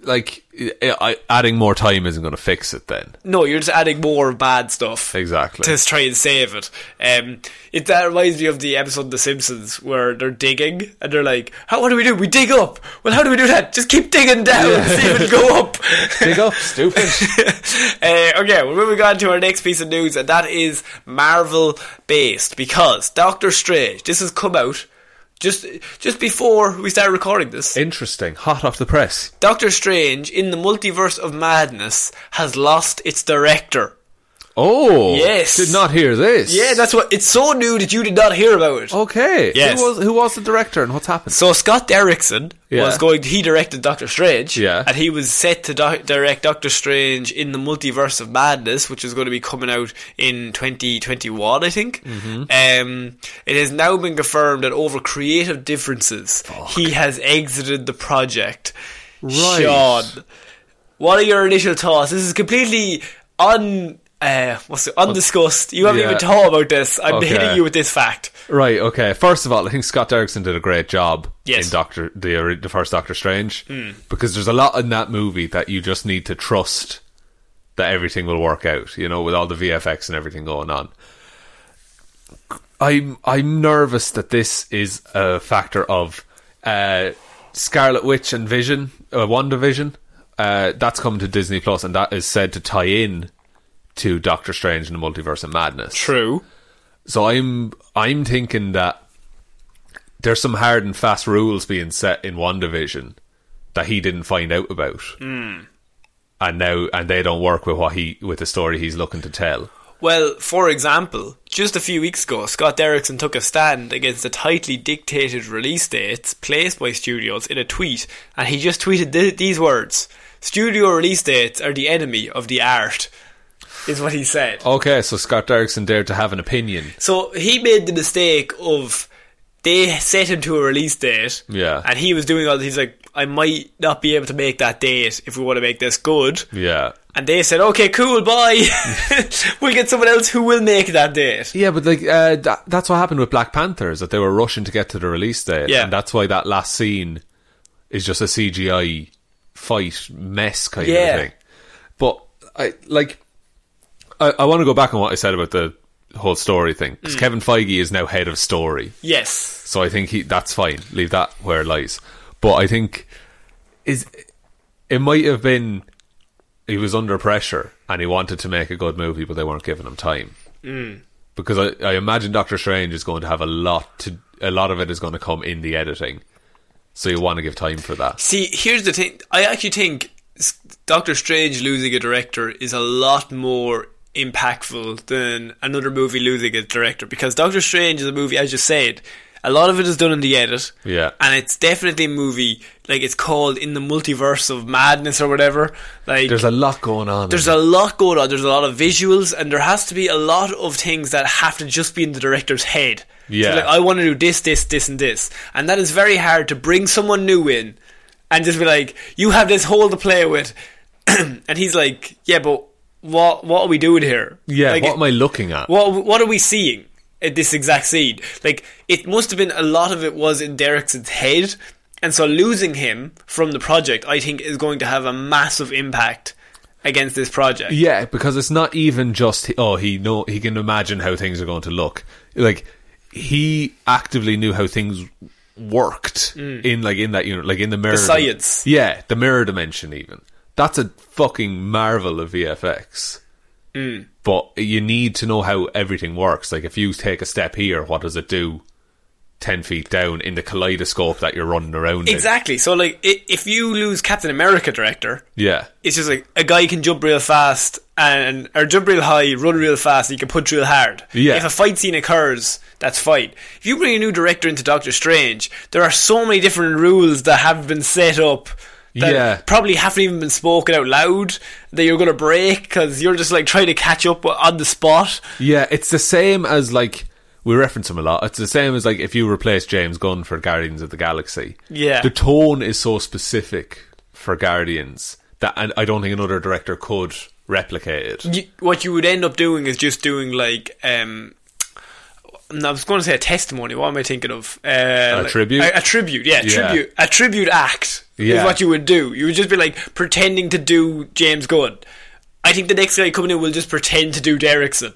S2: like I, I- adding more time isn't going to fix it. Then
S1: No, you're just adding more bad stuff.
S2: Exactly.
S1: To try and save it. Um, it that reminds me of the episode of The Simpsons where they're digging and they're like, "How? What do we do? We dig up. Well, how do we do that? Just keep digging down, see if it go
S2: [LAUGHS]
S1: up." [LAUGHS]
S2: dig up, stupid.
S1: uh, okay, we're moving on to our next piece of news, and that is Marvel based because Doctor Strange. This has come out just just before we started recording this.
S2: Interesting, hot off the press.
S1: Doctor Strange in the Multiverse of Madness has lost its director.
S2: Oh,
S1: Yes.
S2: Did not hear this.
S1: Yeah, that's what. It's so new that you did not hear about it.
S2: okay.
S1: Yes.
S2: Who was who was the director and what's happened?
S1: So Scott Derrickson
S2: Yeah.
S1: was going. He directed Doctor Strange.
S2: Yeah.
S1: and he was set to di- direct Doctor Strange in the Multiverse of Madness, which is going to be coming out in 2021, I think.
S2: Mm-hmm.
S1: Um, it has now been confirmed that over creative differences, he has exited the project.
S2: Right.
S1: Sean, what are your initial thoughts? This is completely un. Uh, what's it, undiscussed. You haven't
S2: Yeah.
S1: even thought about this. I'm
S2: Okay.
S1: hitting you with this fact.
S2: Right. Okay. First of all, I think Scott Derrickson did a great job
S1: Yes.
S2: in Doctor the ori- the first Doctor Strange because there's a lot in that movie that you just need to trust that everything will work out. You know, with all the VFX and everything going on. I'm I'm nervous that this is a factor of uh, Scarlet Witch and Vision, uh, WandaVision. Uh, that's coming to Disney Plus, and that is said to tie in to Doctor Strange and the Multiverse of Madness.
S1: True.
S2: So I'm I'm thinking that there's some hard and fast rules being set in one division that he didn't find out about. And now and they don't work with what he with the story he's looking to tell.
S1: Well, for example, just a few weeks ago, Scott Derrickson took a stand against the tightly dictated release dates placed by studios in a tweet, and he just tweeted th- these words Studio release dates are the enemy of the art, is what he said.
S2: Okay, so Scott Derrickson dared to have an opinion.
S1: So he made the mistake of they set him to a release date.
S2: Yeah.
S1: And he was doing all he's like, I might not be able to make that date if we want to make this good.
S2: Yeah.
S1: And they said, Okay, cool, bye. [LAUGHS] we'll get someone else who will make that date.
S2: Yeah, but like uh, that, that's what happened with Black Panthers that they were rushing to get to the release date,
S1: Yeah.
S2: and that's why that last scene is just a CGI fight mess kind
S1: Yeah.
S2: of thing. But I like I, I want to go back on what I said about the whole story thing because
S1: Mm.
S2: Kevin Feige is now head of story,
S1: Yes.
S2: so I think he that's fine. Leave that where it lies. But I think is it might have been he was under pressure and he wanted to make a good movie, but they weren't giving him time.
S1: Mm.
S2: Because I, I imagine Doctor Strange is going to have a lot to a lot of it is going to come in the editing, so you want to give time for that.
S1: See, here's the thing. I actually think s- Doctor Strange losing a director is a lot more impactful than another movie losing a director because Doctor Strange is a movie, as you said, a lot of it is done in the edit.
S2: Yeah.
S1: And it's definitely a movie, like, it's called In the Multiverse of Madness or whatever. Like,
S2: There's a lot going on.
S1: there's a lot going on. There's a lot of visuals, and there has to be a lot of things that have to just be in the director's head. So,
S2: Yeah.
S1: like, I want to do this, this, this, and this, and that is very hard to bring someone new in and just be like, "You have this whole to play with," [CLEARS THROAT] and he's like, "Yeah, but what what are we doing here?
S2: yeah.
S1: Like,
S2: what am I looking at?
S1: what what are we seeing at this exact scene? Like it must have been a lot of it was in Derrickson's head, and so losing him from the project, I think, is going to have a massive impact against this project.
S2: Yeah, because it's not even just oh he know he can imagine how things are going to look. Like he actively knew how things worked in like in that unit, like in the mirror.
S1: science.
S2: Yeah, the mirror dimension. Even that's a fucking marvel of VFX. But you need to know how everything works. Like if you take a step here, what does it do? Ten feet down in the kaleidoscope that you're running around. in?
S1: Exactly. So like, i- if you lose Captain America director,
S2: Yeah.
S1: it's just like a guy can jump real fast and or jump real high, run real fast, and you can punch real hard.
S2: Yeah.
S1: If a fight scene occurs, that's fine. If you bring a new director into Doctor Strange, there are so many different rules that have been set up. That
S2: Yeah.
S1: probably haven't even been spoken out loud that you're gonna break because you're just like trying to catch up on the spot.
S2: Yeah, it's the same as like we reference him a lot. It's the same as like if you replace James Gunn for Guardians of the Galaxy.
S1: Yeah.
S2: the tone is so specific for Guardians that and I don't think another director could replicate it.
S1: you, what you would end up doing is just doing like um I was going to say a testimony. What am I thinking of? Uh,
S2: A tribute?
S1: A, a tribute, yeah, a
S2: Yeah.
S1: tribute. A tribute act
S2: Yeah.
S1: is what you would do. You would just be like pretending to do James Gunn. I think the next guy coming in will just pretend to do Derrickson.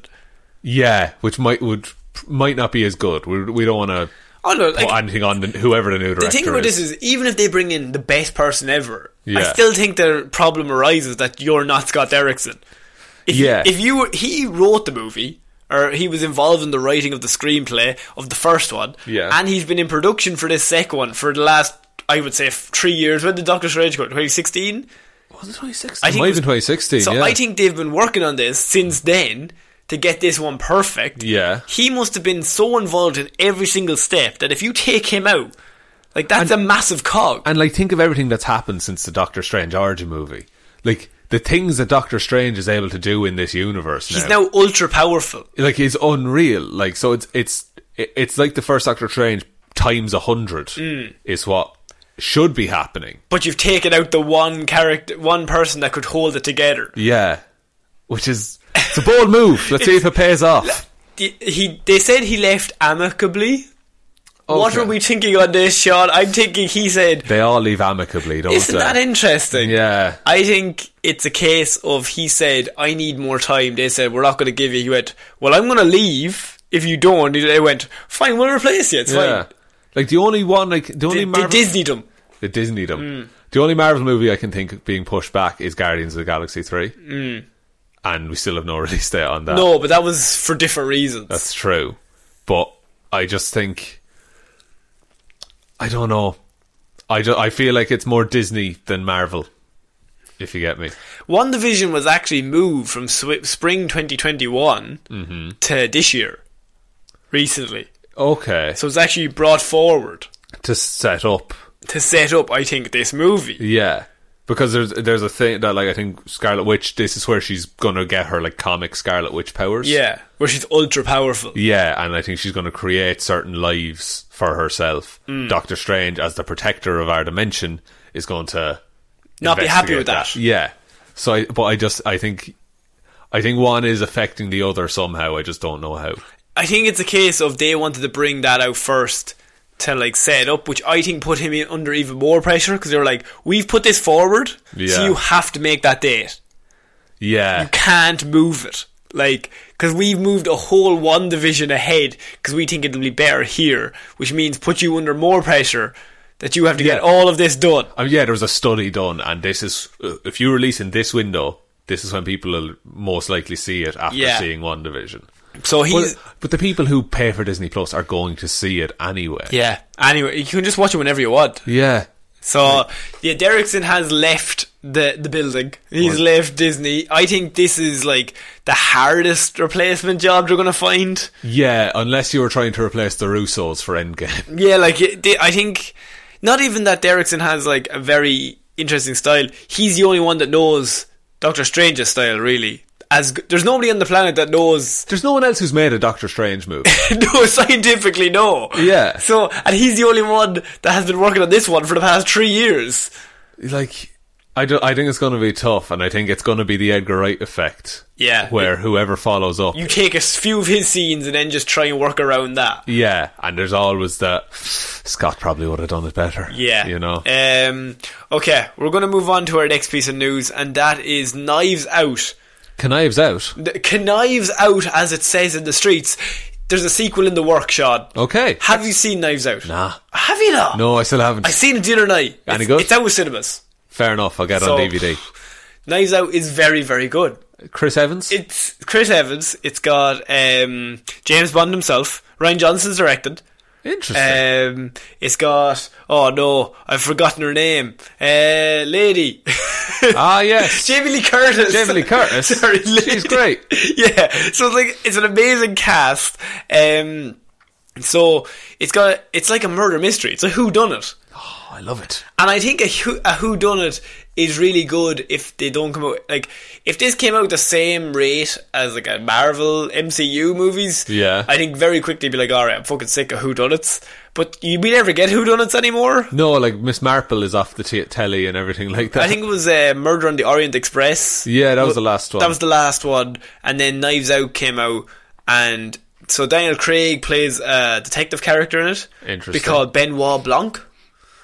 S2: Yeah, which might would might not be as good. We, we don't want to
S1: Oh no!
S2: put
S1: Like,
S2: anything on the, whoever the new director
S1: the thing about
S2: is.
S1: this is, even if they bring in the best person ever, I
S2: Yeah.
S1: still think the problem arises that you're not Scott Derrickson. If you-
S2: Yeah.
S1: if you were- he wrote the movie or he was involved in the writing of the screenplay of the first one,
S2: Yeah.
S1: and he's been in production for this second one for the last, I would say, f- three years. When did Doctor Strange go? 2016.
S2: was it 2016?
S1: I think
S2: might
S1: it
S2: have been
S1: was-
S2: 2016.
S1: So
S2: yeah.
S1: I think they've been working on this since then to get this one perfect.
S2: Yeah.
S1: He must have been so involved in every single step that if you take him out, like that's a massive cog.
S2: and like think of everything that's happened since the Doctor Strange origin movie. Like the things that Doctor Strange is able to do in this universe
S1: He's now ultra powerful.
S2: like it's unreal. Like so, it's it's it's like the first Doctor Strange times a hundred
S1: Mm.
S2: is what should be happening.
S1: But you've taken out the one character, one person that could hold it together.
S2: Yeah, which is it's a bold move. Let's see if it pays off.
S1: The- He, they said he left amicably. What
S2: Okay.
S1: are we thinking on this, Sean? I'm thinking he said,
S2: They all leave amicably, don't
S1: "Isn't
S2: they?
S1: that interesting?"
S2: yeah,
S1: I think it's a case of he said, I need more time. They said, We're not going to give you. He went, Well, I'm going to leave if you don't. They went, Fine, we'll replace you. It's
S2: yeah.
S1: fine.
S2: Like the only one, like the only
S1: They,
S2: Marvel,
S1: they Disneyed him.
S2: the Disney
S1: Mm.
S2: The only Marvel movie I can think of being pushed back is Guardians of the Galaxy three, and we still have no [LAUGHS] release date on that.
S1: Mm. No, but that was for different reasons.
S2: That's true. But I just think I don't know. I, do, I feel like it's more Disney than Marvel. If you get me.
S1: One division was actually moved from sw- spring 2021
S2: Mm-hmm.
S1: to this year, recently.
S2: Okay.
S1: So it's actually brought forward
S2: to set up.
S1: to set up, I think, this movie.
S2: Yeah. Because there's there's a thing that like I think Scarlet Witch this is where she's gonna get her like comic Scarlet Witch powers.
S1: Yeah, where she's ultra powerful.
S2: Yeah, and I think she's going to create certain lives for herself. Doctor Strange, as the protector of our dimension, is going to
S1: Not be happy
S2: investigate
S1: with that.
S2: Yeah. So, I, but I just, I think, I think one is affecting the other somehow. I just don't know how.
S1: I think it's a case of they wanted to bring that out first to like set up, which I think put him in under even more pressure because they were like, "We've put this forward, so
S2: Yeah.
S1: you have to make that date.
S2: Yeah,
S1: You can't move it, like because we've moved a whole one division ahead because we think it'll be better here, which means put you under more pressure that you have to get
S2: Yeah.
S1: all of this done."
S2: I mean, Um, yeah. There was a study done, and this is uh, if you release in this window, this is when people will most likely see it after
S1: Yeah.
S2: seeing One Division.
S1: So he's
S2: But, but the people who pay for Disney Plus are going to see it anyway.
S1: yeah. Anyway, you can just watch it whenever you want.
S2: Yeah.
S1: So yeah, Derrickson has left the the building. He's left Disney. I think this is like the hardest replacement job they're gonna find.
S2: Yeah, unless you were trying to replace the Russos for Endgame.
S1: Yeah, like it, they, I think not even that Derrickson has like a very interesting style. He's the only one that knows Doctor Strange's style really. As g- there's nobody on the planet that knows [LAUGHS]
S2: There's no one else who's made a Doctor Strange movie.
S1: knows scientifically no.
S2: Yeah.
S1: So and he's the only one that has been working on this one for the past three years.
S2: like, I, do, I think it's going to be tough, and I think it's going to be the Edgar Wright effect.
S1: Yeah.
S2: Where whoever follows up.
S1: You take a s- few of his scenes and then just try and work around that.
S2: yeah, and there's always that. Scott probably would have done it better.
S1: Yeah.
S2: You know?
S1: Um, okay, we're going to move on to our next piece of news, and that is Knives Out.
S2: Knives Out.
S1: The, Knives Out, as it says in the streets. There's a sequel in the workshop.
S2: Okay.
S1: Have you seen Knives Out?
S2: Nah.
S1: Have you not?
S2: No, I still haven't.
S1: I seen it the other night.
S2: Any
S1: it's,
S2: good?
S1: It's out with cinemas.
S2: Fair enough, I'll get
S1: So-
S2: on DVD.
S1: Knives Out is very, very good.
S2: Chris Evans?
S1: It's Chris Evans. It's got um, James Bond himself. Ryan Johnson's directed.
S2: Interesting.
S1: Um, it's got oh no, I've forgotten her name. Uh, lady. [LAUGHS]
S2: ah, yes.
S1: Jamie Lee Curtis.
S2: Jamie Lee
S1: [LAUGHS]
S2: Curtis.
S1: Sorry,
S2: She's great.
S1: yeah. So it's like it's an amazing cast. Um, so it's got it's like a murder mystery. It's a who done it,
S2: Oh, I love it.
S1: and I think a who a who done it is really good if they don't come out like if this came out the same rate as like a Marvel MCU movies.
S2: Yeah.
S1: I think very quickly be like, all right, I'm fucking sick of who done it. But you we never get who done it anymore.
S2: No, like, Miss Marple is off the t- telly and everything like [LAUGHS] that.
S1: I think it was uh, Murder on the Orient Express.
S2: Yeah, that was the last one.
S1: That was the last one, and then Knives Out came out, and So Daniel Craig plays a detective character in it.
S2: Interesting.
S1: Be called Benoit Blanc.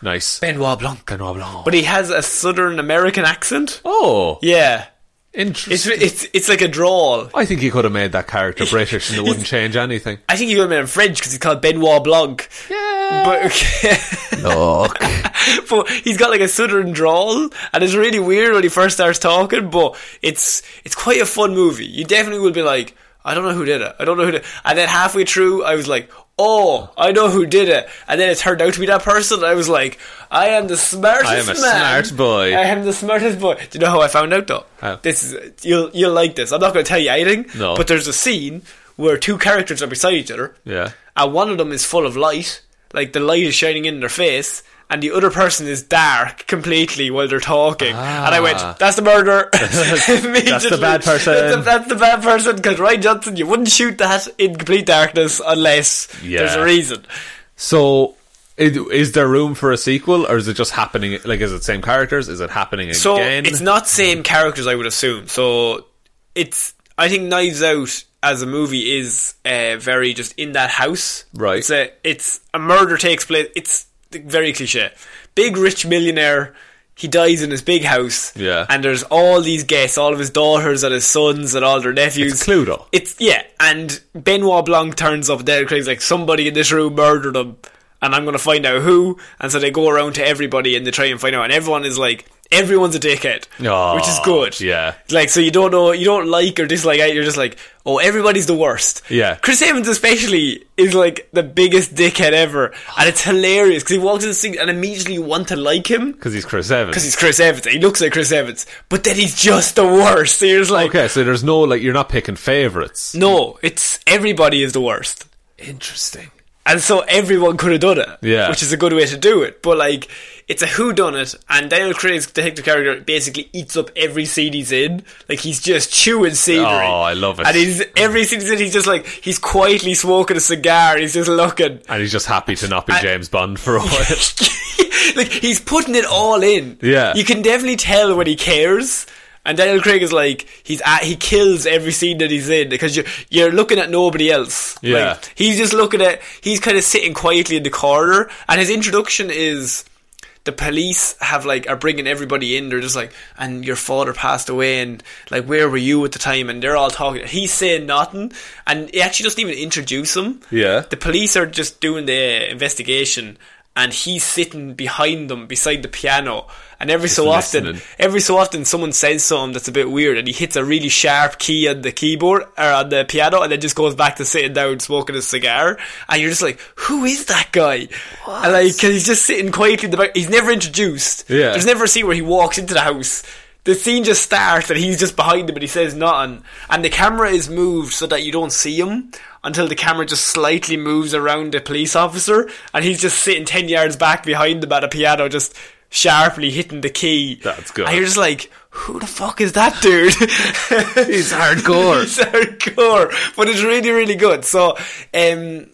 S2: Nice.
S1: Benoit Blanc.
S2: Benoit Blanc.
S1: But he has a Southern American accent.
S2: oh,
S1: Yeah. It's
S2: interesting.
S1: it's it's like a drawl.
S2: I think he could have made that
S1: [LAUGHS]
S2: character British and it wouldn't change anything.
S1: I think you got him in French because he's called Benoit Blanc.
S2: Yeah.
S1: [LAUGHS] But,
S2: Look.
S1: but he's got like a southern drawl, and it's really weird when he first starts talking. But it's it's quite a fun movie. You definitely will be like, I don't know who did it. I don't know who did. It. And then halfway through, I was like, Oh, I know who did it. And then it turned out to be that person. And I was like, I am the smartest.
S2: I am a
S1: man.
S2: smart boy.
S1: I am the smartest boy. Do you know how I found out though?
S2: How?
S1: This is you'll you'll like this. I'm not going to tell you anything.
S2: No.
S1: But there's a scene where two characters are beside each other
S2: Yeah.
S1: and one of them is full of light, like the light is shining in their face, and the other person is dark completely while they're talking. And I went, "That's the
S2: [LAUGHS]
S1: murderer. [LAUGHS] Immediately.
S2: Ah. the bad person.
S1: That's the, that's the bad person." Because Ryan Johnson, you wouldn't shoot that in complete darkness unless there's
S2: Yeah.
S1: a reason.
S2: So, it, is there room for a sequel, or is it just happening? Like, is it same characters? Is it happening
S1: So
S2: again?
S1: it's not same characters, I would assume. So it's I think Knives Out as a movie is uh, very just in that house.
S2: Right.
S1: It's a it's a murder takes place. It's very cliche. Big rich millionaire. He dies in his big house.
S2: Yeah.
S1: And there's all these guests, all of his daughters and his sons and all their nephews.
S2: It's Cluedo.
S1: It's yeah. And Benoit Blanc turns up. There, Craig's like somebody in this room murdered him, and I'm gonna find out who. And so they go around to everybody and they try and find out. And everyone is like, everyone's a dickhead,
S2: Aw,
S1: which is good.
S2: Oh, yeah.
S1: Like so you don't know, you don't like or dislike. it, You're just like, oh, everybody's the worst.
S2: Yeah.
S1: Chris Evans especially is like the biggest dickhead ever, and it's hilarious because he walks in the scene and immediately you want to like him.
S2: Because he's Chris Evans.
S1: Because he's Chris Evans, he looks like Chris Evans, but then he's just the worst. So you're just like,
S2: okay, so there's no, like, you're not picking favourites.
S1: no, it's everybody is the worst.
S2: Interesting.
S1: And so everyone could have done it.
S2: Yeah.
S1: Which is a good way to do it. But like it's a who done it and Daniel Craig's detective character basically eats up every scene he's in. Like he's just chewing scenery.
S2: Oh, I love it.
S1: And he's every scene he's in he's just like he's quietly smoking a cigar, he's just looking. [LAUGHS]
S2: And he's just happy to not be James Bond for a while.
S1: like he's putting it all in.
S2: Yeah.
S1: You can definitely tell when he cares. And Daniel Craig is like he's at, he kills every scene that he's in because you're you're looking at nobody else.
S2: Yeah.
S1: Like, he's just looking at he's kind of sitting quietly in the corner, and his introduction is the police have like are bringing everybody in. They're just like, and your father passed away, and like where were you at the time? And they're all talking. He's saying nothing, and he actually doesn't even introduce him.
S2: Yeah.
S1: The police are just doing the investigation and he's sitting behind them beside the piano and every so
S2: listening.
S1: often every so often someone says something that's a bit weird and he hits a really sharp key on the keyboard or on the piano and then just goes back to sitting down smoking a cigar and you're just like who is that guy and like 'cause he's just sitting quietly in the back he's never introduced
S2: Yeah.
S1: there's never a scene where he walks into the house the scene just starts and he's just behind him and he says nothing and the camera is moved so that you don't see him until the camera just slightly moves around the police officer and he's just sitting 10 yards back behind him at a piano just sharply hitting the key
S2: That's good.
S1: and you're just like who the fuck is that dude
S2: [LAUGHS] He's
S1: [LAUGHS]
S2: hardcore.
S1: he's hardcore but it's really really good so um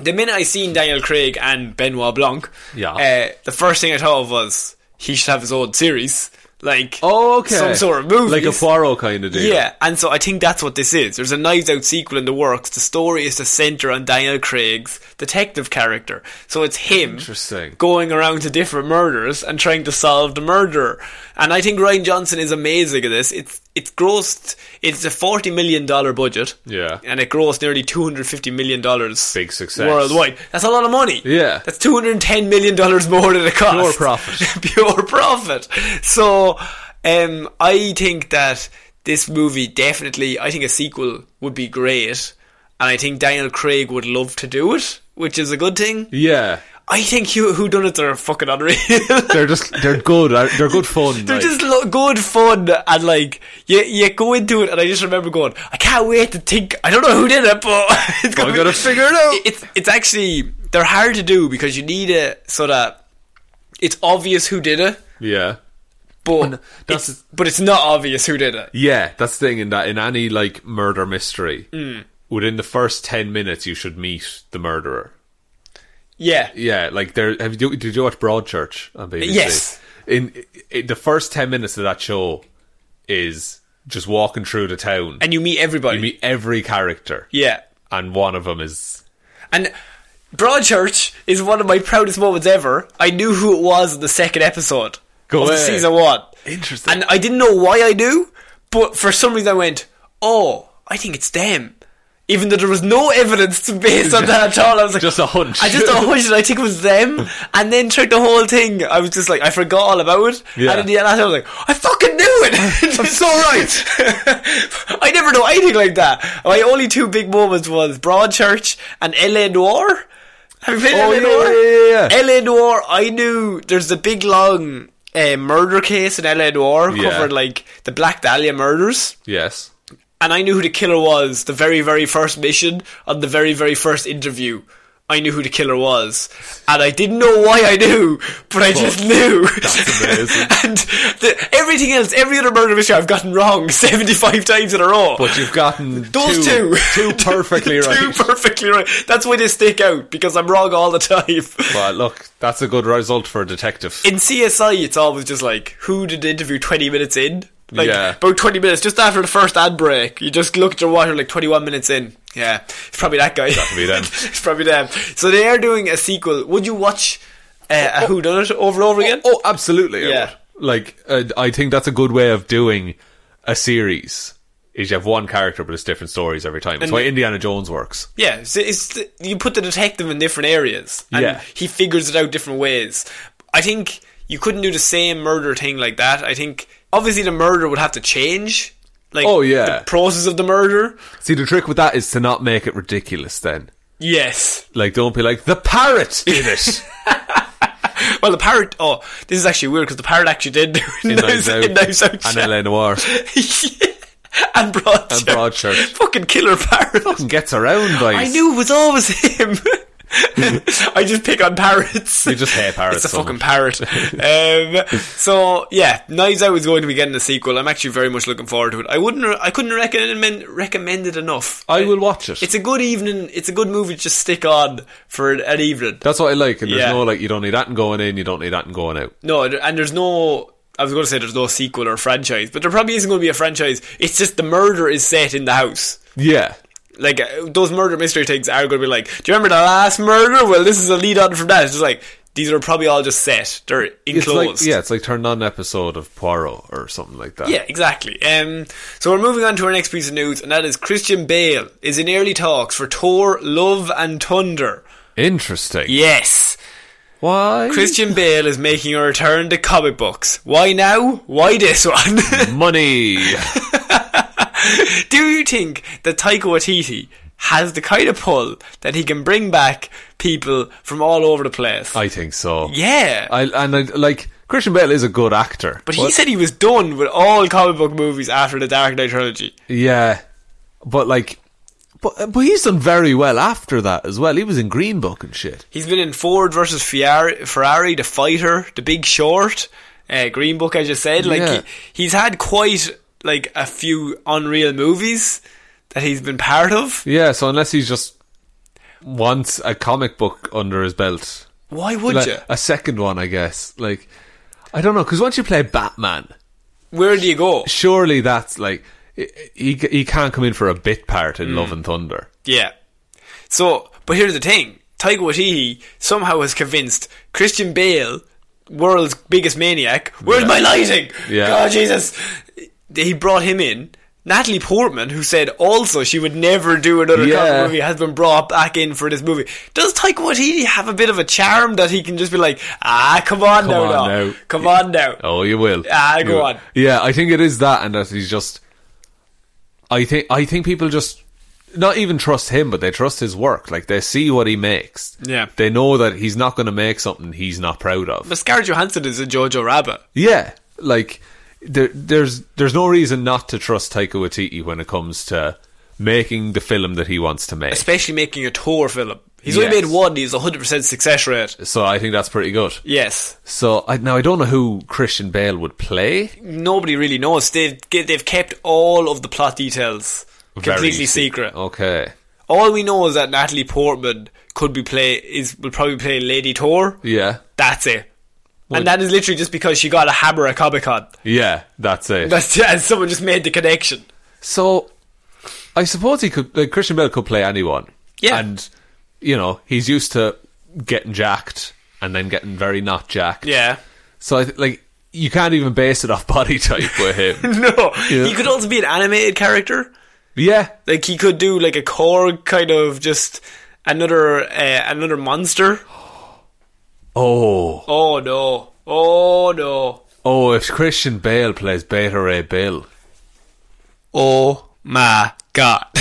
S1: the minute I seen Daniel Craig and Benoit Blanc,
S2: Yeah.
S1: uh, the first thing I thought of was he should have his own series, like
S2: Oh, okay.
S1: some sort of movie,
S2: Like a Poirot kind of deal.
S1: Yeah, and so I think that's what this is. There's a Knives Out sequel in the works. The story is to centre on Daniel Craig's detective character, so it's him
S2: Interesting.
S1: going around to different murders and trying to solve the murderer. And I think Ryan Johnson is amazing at this. It's it's grossed. It's a forty million dollar budget.
S2: Yeah.
S1: and it grossed nearly two hundred fifty million dollars.
S2: Big success.
S1: worldwide. That's a lot of money.
S2: Yeah.
S1: that's two hundred ten million dollars more than it cost.
S2: Pure
S1: [LAUGHS]
S2: profit.
S1: Pure profit. So, um, I think that this movie definitely. I think a sequel would be great, and I think Daniel Craig would love to do it, which is a good thing.
S2: Yeah.
S1: I think who who done it are fucking unreal. [LAUGHS]
S2: They're just, they're good. They're good fun.
S1: They're
S2: like.
S1: just lo- good fun and like you you go into it and I just remember going I can't wait to think I don't know who did it but [LAUGHS] it's
S2: But I gotta figure it out.
S1: It's it's actually they're hard to do because you need it so that it's obvious who did it
S2: [LAUGHS] Yeah.
S1: but
S2: that's-
S1: it's, but it's not obvious who did it.
S2: Yeah, that's the thing in that in any like murder mystery,
S1: Mm.
S2: within the first ten minutes you should meet the murderer.
S1: Yeah.
S2: Yeah, like there. Have you did you watch Broadchurch on BBC?
S1: Yes.
S2: In, in the first ten minutes of that show is just walking through the town
S1: And you meet everybody.
S2: you meet every character.
S1: yeah.
S2: and one of them is
S1: And Broadchurch is one of my proudest moments ever. I knew who it was in the second episode
S2: Go
S1: of the
S2: away.
S1: season one.
S2: Interesting.
S1: And I didn't know why I knew, but for some reason I went, "Oh, I think it's them." Even though there was no evidence to base
S2: [LAUGHS]
S1: on that at all, I was like,
S2: Just a hunch.
S1: I just a
S2: [LAUGHS]
S1: [LAUGHS] hunch, and I think it was them. And then throughout the whole thing, I was just like, I forgot all about it.
S2: Yeah.
S1: And in the end, I was like, I fucking knew
S2: [LAUGHS]
S1: it. I'm so right. [LAUGHS] I never know anything like that. My only two big moments was Broadchurch and L.A. Noir. Have you played
S2: Oh,
S1: L.A.
S2: yeah,
S1: Noir?
S2: yeah, yeah, yeah.
S1: L.A. Noir. I knew there's a big long uh, murder case in L.A. Noir
S2: Yeah.
S1: covered like the Black Dahlia murders
S2: yes.
S1: and I knew who the killer was the very, very first mission on the very, very first interview. I knew who the killer was, and I didn't know why I knew, but I just knew.
S2: [LAUGHS]
S1: That's
S2: amazing.
S1: [LAUGHS] and the, everything else, every other murder mystery I've gotten wrong [LAUGHS] seventy-five times in a row.
S2: But you've gotten
S1: [LAUGHS] Those two, [LAUGHS]
S2: two perfectly right.
S1: two perfectly right. That's why they stick out because I'm wrong all the [LAUGHS] time.
S2: Well, look, that's a good result for a detective.
S1: in CSI, it's always just like, who did the interview 20 minutes in? Like,
S2: Yeah.
S1: about 20 minutes, just after the first ad break, you just look at your watch, you're like 21 minutes in. Yeah, it's probably that guy. That
S2: could be
S1: [LAUGHS]
S2: them.
S1: it's probably them. So they are doing a sequel. Would you watch uh, a Who Done It over and over again?
S2: Oh, absolutely. I
S1: Yeah.
S2: would. Like, uh, I think that's a good way of doing a series. Is you have one character, but it's different stories every time. That's
S1: And-
S2: why Indiana Jones works.
S1: Yeah, it's, it's you put the detective in different areas, and
S2: Yeah.
S1: he figures it out different ways. I think you couldn't do the same murder thing like that. I think obviously the murder would have to change. Like,
S2: Oh, yeah.
S1: the process of the murder.
S2: See, the trick with that is to not make it ridiculous. Then,
S1: Yes,
S2: like, don't be like the parrot did
S1: [LAUGHS]
S2: it.
S1: Well, the parrot. Oh, this is actually weird because the parrot actually did [LAUGHS] do it in Knives Out, in Knives Out
S2: and
S1: yeah.
S2: L.A. Noir
S1: [LAUGHS] and Broadchurch.
S2: and Broadchurch
S1: Fucking killer parrot.
S2: gets around. Like,
S1: I knew it was always him. [LAUGHS] I just pick on parrots.
S2: You just hate parrots
S1: It's a
S2: so
S1: fucking parrot. um, so yeah, Knives Out is going to be getting a sequel. I'm actually very much looking forward to it. I wouldn't. Re- I couldn't recommend recommend it enough.
S2: I will watch it.
S1: It's a good evening. It's a good movie to just stick on for an, an evening.
S2: That's what I like. And there's
S1: Yeah.
S2: no like, you don't need that and going in. You don't need that and going out.
S1: No, and and there's no. I was going to say there's no sequel or franchise, but there probably isn't going to be a franchise. It's just the murder is set in the house.
S2: Yeah.
S1: Like uh, those murder mystery things are going to be like, do you remember the last murder? Well, this is a lead on from that. It's just like these are probably all just set. They're
S2: It's like
S1: enclosed.
S2: yeah, it's like turn on an episode of Poirot or something like that.
S1: Yeah, exactly. Um, so we're moving on to our next piece of news, and that is Christian Bale is in early talks for Thor: Love and Thunder.
S2: Interesting.
S1: Yes,
S2: Why? [LAUGHS]
S1: Christian Bale is making a return to comic books. Why now? Why this one? [LAUGHS]
S2: money.
S1: Do you think that Taika Waititi has the kind of pull that he can bring back people from all over the place?
S2: I think so.
S1: yeah.
S2: I and I, like Christian Bale is a good actor,
S1: but he said he was done with all comic book movies after the Dark Knight trilogy.
S2: yeah, but like, but but he's done very well after that as well. He was in Green Book and shit.
S1: He's been in Ford versus Ferrari, Ferrari The Fighter, The Big Short, uh, Green Book, as you said. Like
S2: Yeah.
S1: he, he's had quite like a few unreal movies that he's been part of.
S2: Yeah, so unless he's just wants a comic book under his belt,
S1: Why would
S2: like,
S1: you?
S2: a second one, I guess. Like, I don't know, because once you play Batman,
S1: Where do you go?
S2: surely that's like he- he he can't come in for a bit part in Love and Thunder.
S1: Yeah. So, but here's the thing: Taika Waititi somehow has convinced Christian Bale, world's biggest maniac. Where's my lighting?
S2: Yeah.
S1: God, Jesus! He brought him in. Natalie Portman, who said also she would never do another
S2: Yeah.
S1: comic movie, has been brought back in for this movie. Does Taika Waititi have a bit of a charm that he can just be like, ah, come on
S2: Come
S1: now,
S2: on
S1: now.
S2: now."
S1: come on now?
S2: Oh, you will.
S1: Ah,
S2: You
S1: go
S2: will.
S1: on.
S2: Yeah, I think it is that, and that he's just. I think I think people just not even trust him, but they trust his work. Like they see what he makes.
S1: Yeah.
S2: they know that he's not going to make something he's not proud of.
S1: But Scarlett Johansson is a Jojo Rabbit.
S2: yeah, like there, there's there's no reason not to trust Taika Waititi when it comes to making the film that he wants to make.
S1: especially making a tour film. He's only
S2: Yes.
S1: made one. He's a hundred percent success rate.
S2: so I think that's pretty good.
S1: Yes,
S2: So I, now I don't know who Christian Bale would play.
S1: nobody really knows. They've ge- they've kept all of the plot details
S2: Very
S1: completely
S2: se-
S1: secret.
S2: Okay.
S1: All we know is that Natalie Portman could be play is will probably play Lady Thor.
S2: Yeah.
S1: That's it. And that is literally just because she got a hammer at Comic Con. [LAUGHS]
S2: Yeah, that's it.
S1: That's and someone just made the connection.
S2: So I suppose he could. Like, Christian Bale could play anyone.
S1: Yeah.
S2: and you know he's used to getting jacked and then getting very not jacked.
S1: Yeah.
S2: So I th- like you can't even base it off body type with
S1: [LAUGHS]
S2: him.
S1: [LAUGHS] No,
S2: Yeah.
S1: he could also be an animated character.
S2: yeah,
S1: Like he could do like a Korg kind of just another uh, another monster.
S2: Oh,
S1: Oh no! Oh no!
S2: oh, if Christian Bale plays Beta Ray Bill.
S1: Oh my god! [LAUGHS]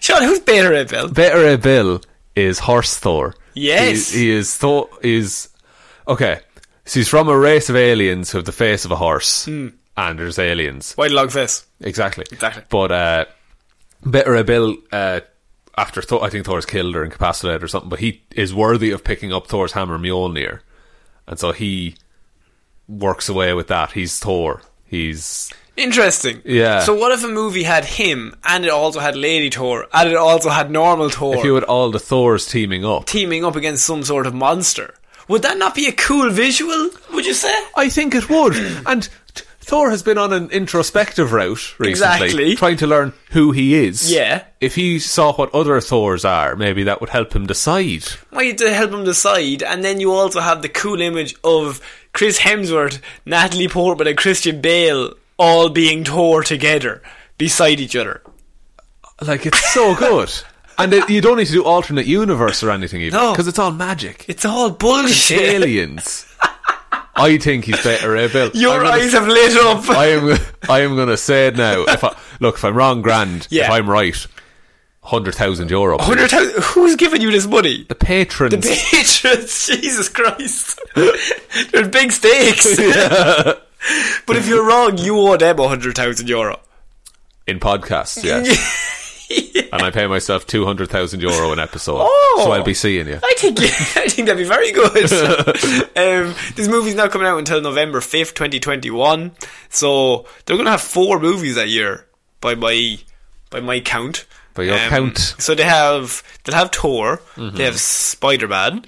S1: Sean, who's Beta Ray Bill?
S2: Beta Ray Bill is Horse Thor.
S1: Yes.
S2: He, he is Thor. Is okay. So he's from a race of aliens who have the face of a horse,
S1: Hmm.
S2: and there's aliens.
S1: White long face.
S2: Exactly.
S1: Exactly.
S2: But uh, Beta Ray Bill, uh, after Thor, I think Thor's killed or incapacitated or something, but he is worthy of picking up Thor's hammer Mjolnir, and so he works away with that. He's Thor. He's
S1: Interesting.
S2: Yeah.
S1: So what if a movie had him and it also had Lady Thor and it also had normal Thor
S2: if you had all the Thors teaming up.
S1: teaming up against some sort of monster? Would that not be a cool visual? Would you say?
S2: I think
S1: [CLEARS THROAT]
S2: it would. and t- Thor has been on an introspective route recently,
S1: Exactly.
S2: trying to learn who he is.
S1: Yeah.
S2: If he saw what other Thors are, maybe that would help him decide.
S1: might to help him decide. And then you also have the cool image of Chris Hemsworth, Natalie Portman, and Christian Bale all being Thor together beside each other.
S2: Like it's so good. And it, you don't need to do alternate universe or anything even
S1: No.
S2: because it's all magic.
S1: It's all
S2: It's
S1: bullshit. [LAUGHS]
S2: aliens. I think he's better, eh, Bill?
S1: Your
S2: I'm gonna-
S1: eyes have lit up.
S2: I am. I am going to say it now. If I look, if I'm wrong, grand.
S1: Yeah.
S2: If I'm right, hundred thousand euro. please.
S1: 100,000 Who's giving you this money?
S2: The
S1: [LAUGHS]
S2: patrons.
S1: The patrons, Jesus Christ. [LAUGHS] They're big [LAUGHS] stakes. but if you're wrong, you owe them 100,000 euro.
S2: in podcasts,
S1: [LAUGHS]
S2: yes. And I pay myself two hundred thousand euro an episode,
S1: Oh.
S2: so I'll be seeing you.
S1: I think [LAUGHS] I think that'd be very
S2: [LAUGHS]
S1: good. um, this movie's not coming out until November fifth, twenty twenty one. So they're gonna have four movies that year by my by my count. Um,
S2: By your count. Mm-hmm.
S1: So they have they'll have Thor, they have Spider Man,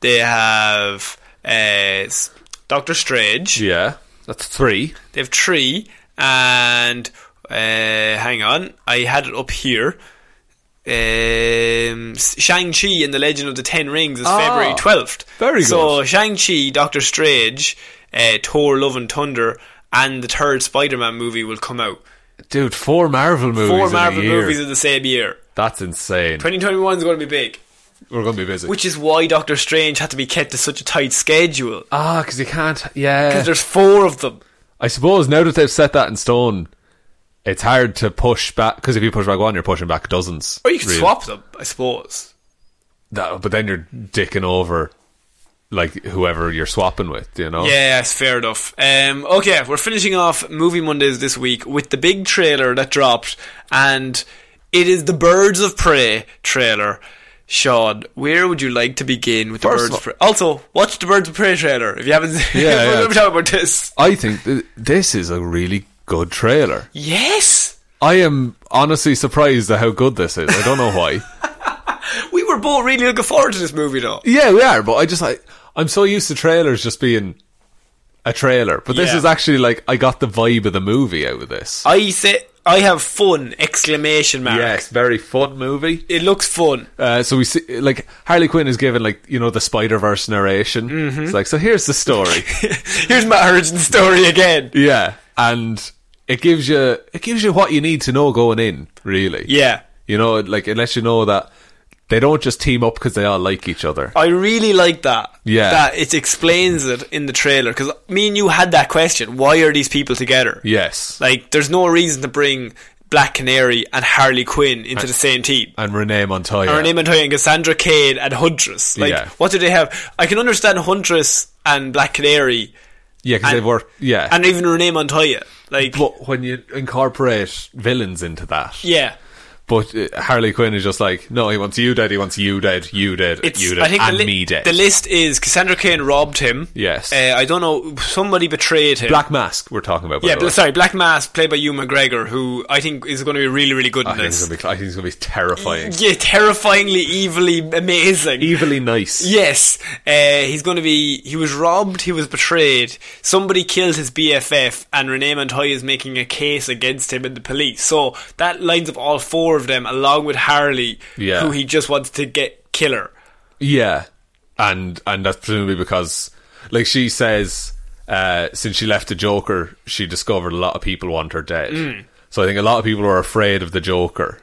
S1: they have uh, Doctor Strange,
S2: Yeah, that's three.
S1: they have Tree, and uh, hang on, I had it up here. Um, Shang Chi and the Legend of the Ten Rings is February twelfth.
S2: Ah, very good.
S1: So Shang Chi, Doctor Strange, uh, Thor: Love and Thunder, and the third Spider-Man movie will come out.
S2: Dude, four Marvel movies.
S1: Four
S2: in
S1: Marvel
S2: a year.
S1: movies in the same year.
S2: That's insane.
S1: Twenty twenty one is going to be big,
S2: We're going to be busy.
S1: which is why Doctor Strange had to be kept to such a tight schedule.
S2: Ah, because you can't. Yeah,
S1: Because there's four of them.
S2: I suppose now that they've set that in stone, it's hard to push back. Because if you push back one, you're pushing back dozens.
S1: Or you could
S2: really.
S1: swap them, I suppose.
S2: That- but then you're dicking over, like whoever you're swapping with. You know.
S1: Yeah, it's fair enough. Um, okay, we're finishing off Movie Mondays this week with the big trailer that dropped, and it is the Birds of Prey trailer. Sean, where would you like to begin with the
S2: First
S1: Birds of
S2: of
S1: Prey? Also, watch the Birds of Prey trailer [LAUGHS] if you haven't. Yeah,
S2: Yeah, yeah.
S1: Let me talk about this.
S2: I think th- this is a really good trailer.
S1: Yes,
S2: I am honestly surprised at how good this is. I don't know
S1: [LAUGHS]
S2: why. [LAUGHS]
S1: we were both really looking forward to this movie, though.
S2: yeah, we are, but I just I, I'm so used to trailers just being a trailer. But this
S1: Yeah.
S2: is actually like I got the vibe of the movie out of this.
S1: I say, I have fun! Exclamation mark.
S2: yes, very fun movie.
S1: It looks fun. [LAUGHS]
S2: Uh, so we see, like, Harley Quinn is given, like, you know, the Spider Verse narration.
S1: Mm-hmm.
S2: It's like, so here's the
S1: [LAUGHS]
S2: story.
S1: Here's my origin story again.
S2: yeah, and it gives you it gives you what you need to know going in, really.
S1: Yeah.
S2: you know, it, like it lets you know that they don't just team up because they all like each other.
S1: I really like that.
S2: Yeah.
S1: That it explains it in the trailer. Because me and you had that question. Why are these people together?
S2: yes,
S1: Like, there's no reason to bring Black Canary and Harley Quinn into the same team.
S2: and Renee Montoya.
S1: Or an Montoya and Cassandra Cain and Huntress. Like,
S2: Yeah.
S1: what do they have? I can understand Huntress and Black Canary
S2: yeah, because
S1: and-
S2: they've worked. Yeah,
S1: and even Renee Montoya. Like,
S2: but when you incorporate villains into that,
S1: yeah.
S2: But uh, Harley Quinn is just like, no, he wants you dead. He wants you dead. You dead.
S1: It's,
S2: you dead.
S1: I think
S2: and
S1: the, li-
S2: me dead.
S1: the list is Cassandra Cain robbed him.
S2: Yes.
S1: Uh, I don't know. Somebody betrayed him.
S2: Black Mask. We're talking about. By
S1: yeah,
S2: the way.
S1: bl- sorry, Black Mask, played by Hugh McGregor, who I think is going to be really, really good
S2: I
S1: in
S2: think, it's
S1: this.
S2: gonna be, I think it's gonna be terrifying.
S1: Yeah, terrifyingly, evilly amazing.
S2: Evilly nice.
S1: Yes, uh, he's going to be. He was robbed. He was betrayed. Somebody killed his BFF, and Rene Montoya is making a case against him in the police. So that lines up all four of them, along with Harley,
S2: Yeah.
S1: who he just wants to get killer.
S2: Yeah, and and that's presumably because, like she says, uh, since she left the Joker, she discovered a lot of people want her dead.
S1: Mm.
S2: So I think a lot of people are afraid of the Joker,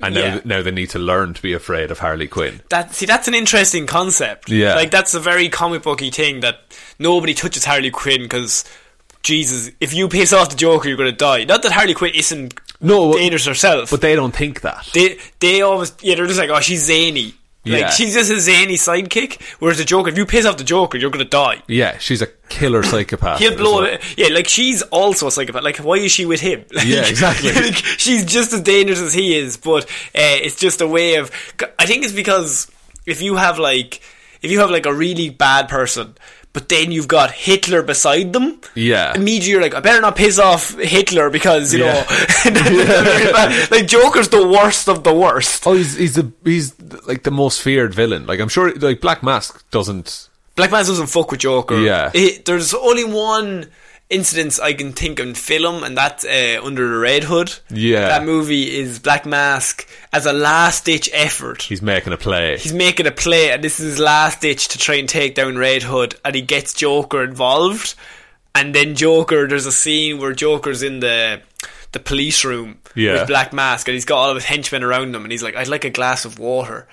S2: and now
S1: Yeah.
S2: now they need to learn to be afraid of Harley Quinn.
S1: That see, that's an interesting concept.
S2: Yeah.
S1: like that's a very comic booky thing that nobody touches Harley Quinn because. Jesus, if you piss off the Joker, you're going to die. Not that Harley Quinn isn't
S2: No,
S1: dangerous herself,
S2: but they don't think that.
S1: they they always yeah they're just like oh she's zany like
S2: Yeah.
S1: she's just a zany sidekick whereas the Joker if you piss off the Joker you're gonna die
S2: yeah, she's a killer psychopath.
S1: he'll blow
S2: as well.
S1: it yeah like she's also a psychopath like why is she with him [LAUGHS] Like,
S2: Yeah, exactly.
S1: like, she's just as dangerous as he is but uh, it's just a way of I think it's because if you have like if you have like a really bad person but then you've got Hitler beside them
S2: Yeah.
S1: immediately you're like I better not piss off Hitler because you
S2: Yeah. [LAUGHS]
S1: know [LAUGHS] that's very bad. [LAUGHS] like Joker's the worst of the worst
S2: Oh, he's he's the he's like the most feared villain. Like I'm sure, like Black Mask doesn't.
S1: Black Mask doesn't fuck with Joker.
S2: Yeah.
S1: It- there's only one incident I can think of in film, and that's uh, under the Red Hood.
S2: Yeah.
S1: That movie is Black Mask as a last ditch effort.
S2: He's making a play.
S1: He's making a play, and this is his last ditch to try and take down Red Hood, and he gets Joker involved. And then Joker, there's a scene where Joker's in the the police room
S2: Yeah.
S1: with Black Mask, and he's got all of his henchmen around him, and he's like, "I'd like a glass of water."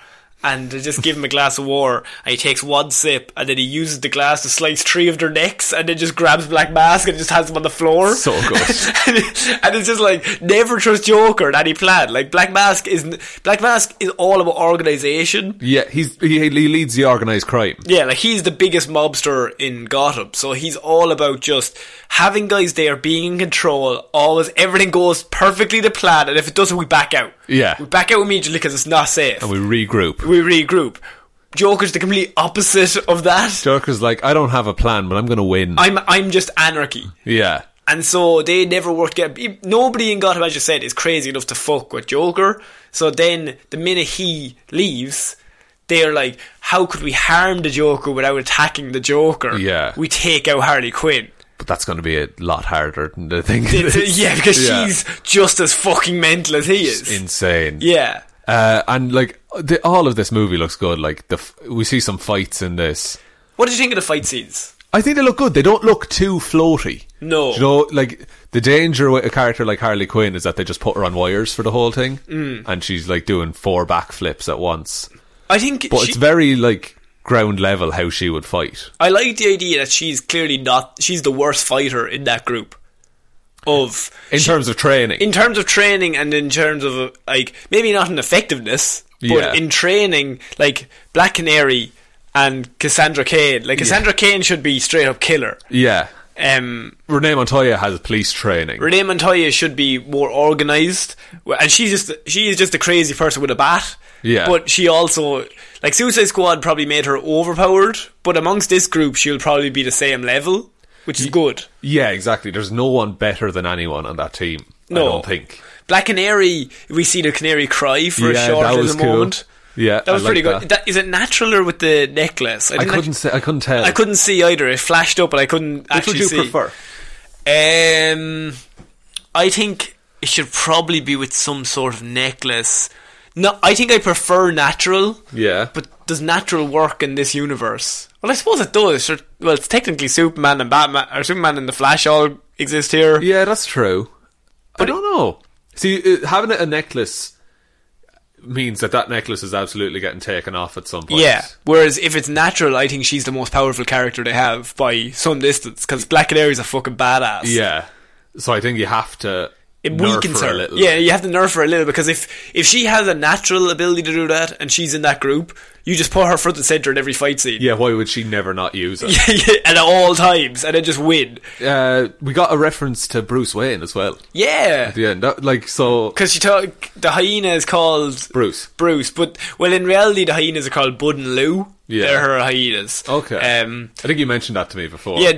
S1: And they just give him a glass of water, and he takes one sip, and then he uses the glass to slice three of their necks, and then just grabs Black Mask and just has them on the floor [LAUGHS]
S2: so good.
S1: and, it- and it's just like never trust Joker in any plan. Like Black Mask is n- Black Mask is all about organization.
S2: yeah, he's he, he leads the organized crime.
S1: Yeah, like he's the biggest mobster in Gotham, so he's all about just having guys there, being in control. Always everything goes perfectly to plan, and if it doesn't, we back out.
S2: Yeah.
S1: we back out immediately because it's not safe.
S2: And we regroup.
S1: we regroup. Joker's the complete opposite of that.
S2: Joker's like, I don't have a plan, but I'm going to win.
S1: I'm I'm just anarchy.
S2: yeah.
S1: And so they never worked together. Nobody in Gotham, as you said, is crazy enough to fuck with Joker. So then, the minute he leaves, they're like, how could we harm the Joker without attacking the Joker?
S2: Yeah.
S1: We take out Harley
S2: [LAUGHS]
S1: Quinn.
S2: But that's going to be a lot harder than the thing.
S1: It's,
S2: [LAUGHS]
S1: uh, yeah, because she's just as fucking mental as he is.
S2: insane.
S1: yeah.
S2: Uh, and like the, all of this movie looks good. Like the f- we see some fights in this.
S1: What did you think of the fight scenes?
S2: I think they look good. They don't look too floaty.
S1: No.
S2: Do you know, like the danger with a character like Harley Quinn is that they just put her on wires for the whole thing, mm. and she's like doing four backflips at once.
S1: I think
S2: But
S1: she-
S2: it's very like ground level how she would fight.
S1: I like the idea that she's clearly not. She's the worst fighter in that group. Of
S2: In terms of training,
S1: in terms of training and in terms of uh, like maybe not in effectiveness, but
S2: Yeah.
S1: in training, like Black Canary and Cassandra Cain, like Cassandra Cain should be straight up killer.
S2: yeah.
S1: Um,
S2: Renee Montoya has police training.
S1: Renee Montoya should be more organized, w- and she's just she is just a crazy person with a bat.
S2: Yeah.
S1: but she also like Suicide Squad probably made her overpowered, but amongst this group, she'll probably be the same level, which is good.
S2: Yeah, exactly. There's no one better than anyone on that team.
S1: No.
S2: I don't think.
S1: Black Canary, we see the canary cry for a short little moment.
S2: Yeah,
S1: That was
S2: I like
S1: pretty good.
S2: that.
S1: That, is it natural or with the necklace?
S2: I
S1: didn't
S2: couldn't.
S1: actu-
S2: Say, I couldn't tell.
S1: I couldn't see either. It flashed up, and I couldn't
S2: Which
S1: actually
S2: would you
S1: see.
S2: prefer?
S1: Um, I think it should probably be with some sort of necklace. No, I think I prefer natural.
S2: Yeah.
S1: But does natural work in this universe? Well, I suppose it does. Sure. Well, it's technically Superman and Batman, or Superman and the Flash all exist here.
S2: Yeah, that's true. I don't know. See, uh, having a necklace means that that necklace is absolutely getting taken off at some point.
S1: Yeah. Whereas if it's natural, I think she's the most powerful character they have by some distance because Black Canary's a fucking badass.
S2: Yeah. So I think you have to.
S1: it
S2: nerf
S1: weakens
S2: her
S1: her.
S2: a little
S1: Yeah,
S2: bit.
S1: you have to nerf her a little because if if she has a natural ability to do that and she's in that group, you just put her front and center in every fight scene.
S2: Yeah, why would she never not use it?
S1: [LAUGHS] at all times, and then just win.
S2: Uh, we got a reference to Bruce Wayne as well.
S1: Yeah,
S2: Yeah, that, like so.
S1: because she talk the hyena is called
S2: Bruce.
S1: Bruce, but well, in reality, the hyenas are called Bud and Lou.
S2: Yeah.
S1: they're her hyenas.
S2: Okay.
S1: Um.
S2: I think you mentioned that to me before.
S1: Yeah,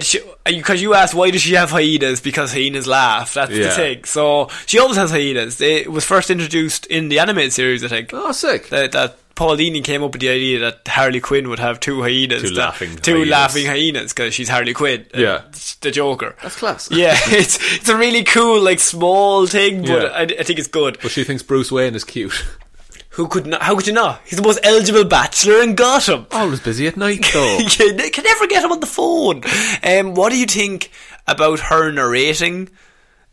S1: because you asked why does she have hyenas? Because hyenas laugh. That's the
S2: Yeah.
S1: thing. So she always has hyenas. It was first introduced in the animated series, I think.
S2: Oh, sick.
S1: That, that Paul Dini came up with the idea that Harley Quinn would have two hyenas,
S2: Two
S1: that-
S2: laughing
S1: two
S2: hyenas.
S1: laughing hyenas, because she's Harley Quinn. and
S2: Yeah.
S1: the Joker.
S2: That's
S1: [LAUGHS]
S2: class.
S1: Yeah, it's it's a really cool like small thing, but
S2: Yeah.
S1: I, I think it's good.
S2: But she thinks Bruce Wayne is cute.
S1: Who could not? How could you not? He's the most eligible bachelor in Gotham.
S2: [LAUGHS] Always busy at night
S1: [LAUGHS]
S2: though. [LAUGHS]
S1: you ne- can never get him on the phone. Um, what do you think about her narrating?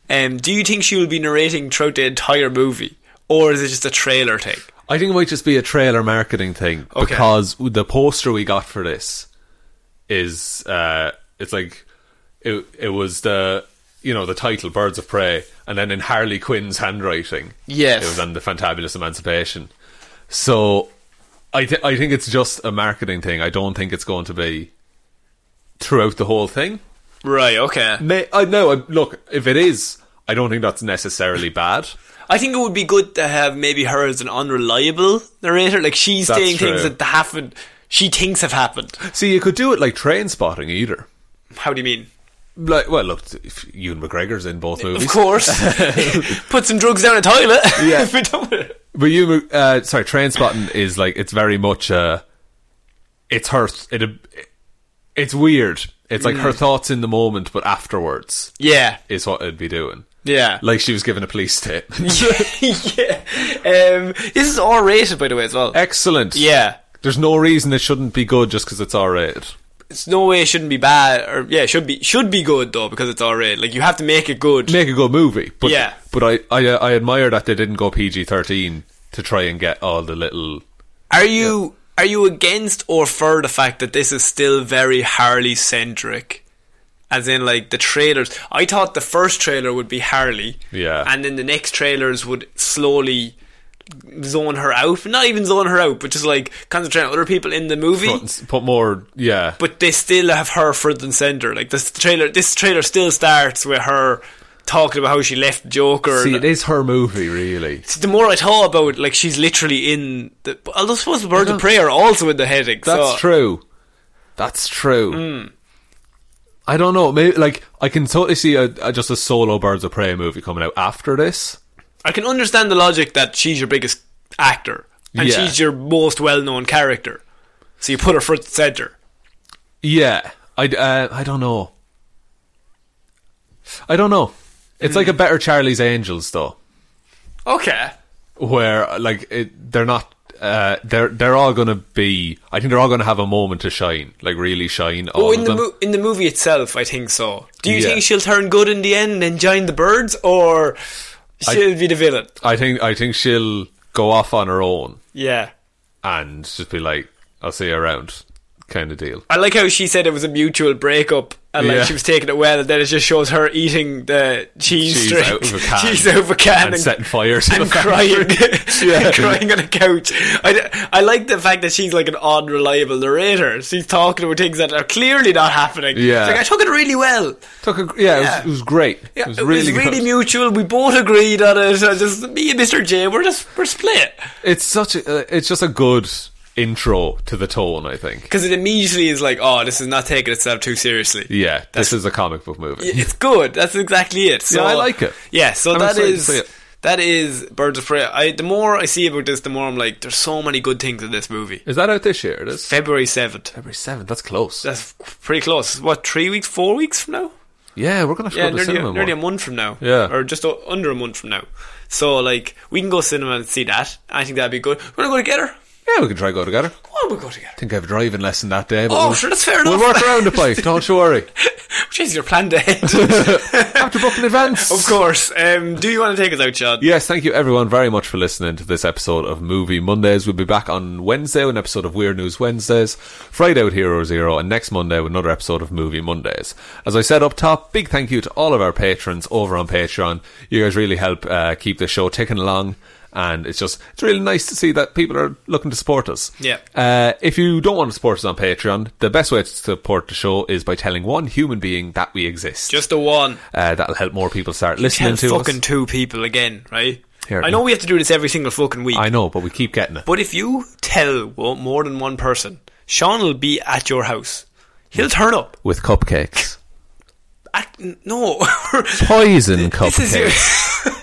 S1: Um, do you think she will be narrating throughout the entire movie, or is it just a trailer thing?
S2: I think it might just be a trailer marketing thing
S1: Okay.
S2: because the poster we got for this is uh, it's like it it was the you know the title Birds of Prey and then in Harley Quinn's handwriting
S1: Yes.
S2: it was on the Fantabulous Emancipation so I th- I think it's just a marketing thing I don't think it's going to be throughout the whole thing
S1: Right. Okay.
S2: May- I no I, look if it is I don't think that's necessarily bad
S1: I think it would be good to have maybe her as an unreliable narrator. Like she's
S2: That's
S1: saying things
S2: true.
S1: that haven't. She thinks have happened.
S2: [LAUGHS] see you could do it like train spotting either
S1: How do you mean?
S2: Like, well, look, if Ewan McGregor's in both movies.
S1: Of course. Put some drugs down a toilet.
S2: Yeah.
S1: If [LAUGHS] we don't-
S2: But you, uh, sorry, Trainspotting is like it's very much. Uh, it's her. It, it's weird. It's like
S1: Mm.
S2: her thoughts in the moment, but afterwards
S1: yeah.
S2: is what it'd be doing.
S1: Yeah.
S2: Like she was given a police statement.
S1: [LAUGHS] yeah. Um, this is R rated, by the way, as well.
S2: Excellent.
S1: yeah.
S2: There's no reason it shouldn't be good just because it's R rated.
S1: It's no way it shouldn't be bad, or yeah, it should be should be good though because it's R rated. Like you have to make it good.
S2: Make a good movie, but
S1: Yeah.
S2: But I, I, uh, I admire that they didn't go PG thirteen to try and get all the little.
S1: Are you are you against or for the fact that this is still very Harley centric? As in, like the trailers. I thought the first trailer would be Harley,
S2: Yeah.
S1: and then the next trailers would slowly zone her out. Not even zone her out, but just like concentrate on other people in the movie.
S2: Put, put more, yeah.
S1: but they still have her front and center. Like this trailer, this trailer still starts with her talking about how she left Joker.
S2: see,
S1: and-
S2: it is her movie, really.
S1: See, the more I thought about, it, like she's literally in the. Although I suppose the birds of prey are also in the heading.
S2: That's
S1: so- Hmm.
S2: true. That's true. I don't know. Maybe like I can totally see a, a, just a solo Birds of Prey movie coming out after this.
S1: I can understand the logic that she's your biggest actor and
S2: Yeah.
S1: she's your most well-known character, so you put her front and center.
S2: Yeah, I uh, I don't know. I don't know. It's like a
S1: Hmm.
S2: better Charlie's Angels though,
S1: Okay.
S2: where like it, they're not. Uh, they're they're all gonna be. I think they're all gonna have a moment to shine, like really shine. All
S1: Oh, in
S2: of
S1: the
S2: them.
S1: mo- in the movie itself, I think so. Do you
S2: Yeah.
S1: think she'll turn good in the end and join the birds, or she'll be the villain?
S2: I think I think she'll go off on her own
S1: Yeah.
S2: and just be like, "I'll see you around," kind of deal.
S1: I like how she said it was a mutual breakup and like
S2: Yeah.
S1: she was taking it well and then it just shows her eating the cheese,
S2: Cheese
S1: string.
S2: out of
S1: [LAUGHS]
S2: a can.
S1: cheese out of a can
S2: And setting fire to
S1: and
S2: the
S1: crying
S2: [LAUGHS]
S1: [LAUGHS]
S2: Yeah.
S1: and crying on a couch I, d- I like the fact that she's like an odd reliable narrator she's talking about things that are clearly not happening
S2: Yeah.
S1: It's like I took it really well
S2: Took a, yeah, It, was, it was great.
S1: yeah,
S2: it was really, good.
S1: mutual we both agreed on it and just me and Mr. J we're just we're split
S2: It's such a, uh, it's just a good intro to the tone. I think.
S1: because it immediately is like oh this is not taking itself too seriously
S2: Yeah, this is a comic book movie.
S1: it's good. That's exactly it. So,
S2: Yeah, I like it.
S1: Yeah, so
S2: I'm
S1: that
S2: excited to
S1: is
S2: see it.
S1: that is Birds of Prey. I, the more I see about this, the more I'm like, there's so many good things in this movie.
S2: Is that out this year? It is
S1: February seventh.
S2: February seventh. That's close.
S1: That's pretty close. What three weeks? Four weeks from now?
S2: yeah, we're gonna have to
S1: Yeah,
S2: go to
S1: nearly,
S2: cinema.
S1: a, nearly a
S2: more.
S1: month from now.
S2: Yeah.
S1: or just o- under a month from now. So like, we can go cinema and see that. I think that'd be good. We're gonna go together.
S2: Yeah, we can try go together. I
S1: Why don't we go together?
S2: think I have a driving lesson that day. But
S1: Oh,
S2: we'll,
S1: sure, that's fair
S2: We'll
S1: enough. [LAUGHS]
S2: work around the place. Don't you worry.
S1: We Jeez, you're planned ahead.
S2: [LAUGHS] After booking advance.
S1: of course. Um, do you want to take us out, Sean?
S2: Yes, thank you everyone very much for listening to this episode of Movie Mondays. We'll be back on Wednesday with an episode of Weird News Wednesdays, Friday with Hero Zero, and next Monday with another episode of Movie Mondays. As I said up top, big thank you to all of our patrons over on Patreon. You guys really help uh, keep the show ticking along. And it's just, it's really nice to see that people are looking to support us.
S1: Yeah.
S2: Uh, if you don't want to support us on Patreon, the best way to support the show is by telling one human being that we exist.
S1: Just the one.
S2: uh, that'll help more people start listening
S1: Tell
S2: to us.
S1: fucking two people again, right?
S2: Here.
S1: I know we have to do this every single fucking week.
S2: I know, but we keep getting it.
S1: But if you tell well, more than one person, Sean will be at your house. He'll turn up.
S2: with cupcakes.
S1: At, n- no. [LAUGHS]
S2: Poison
S1: this is
S2: cupcakes.
S1: your.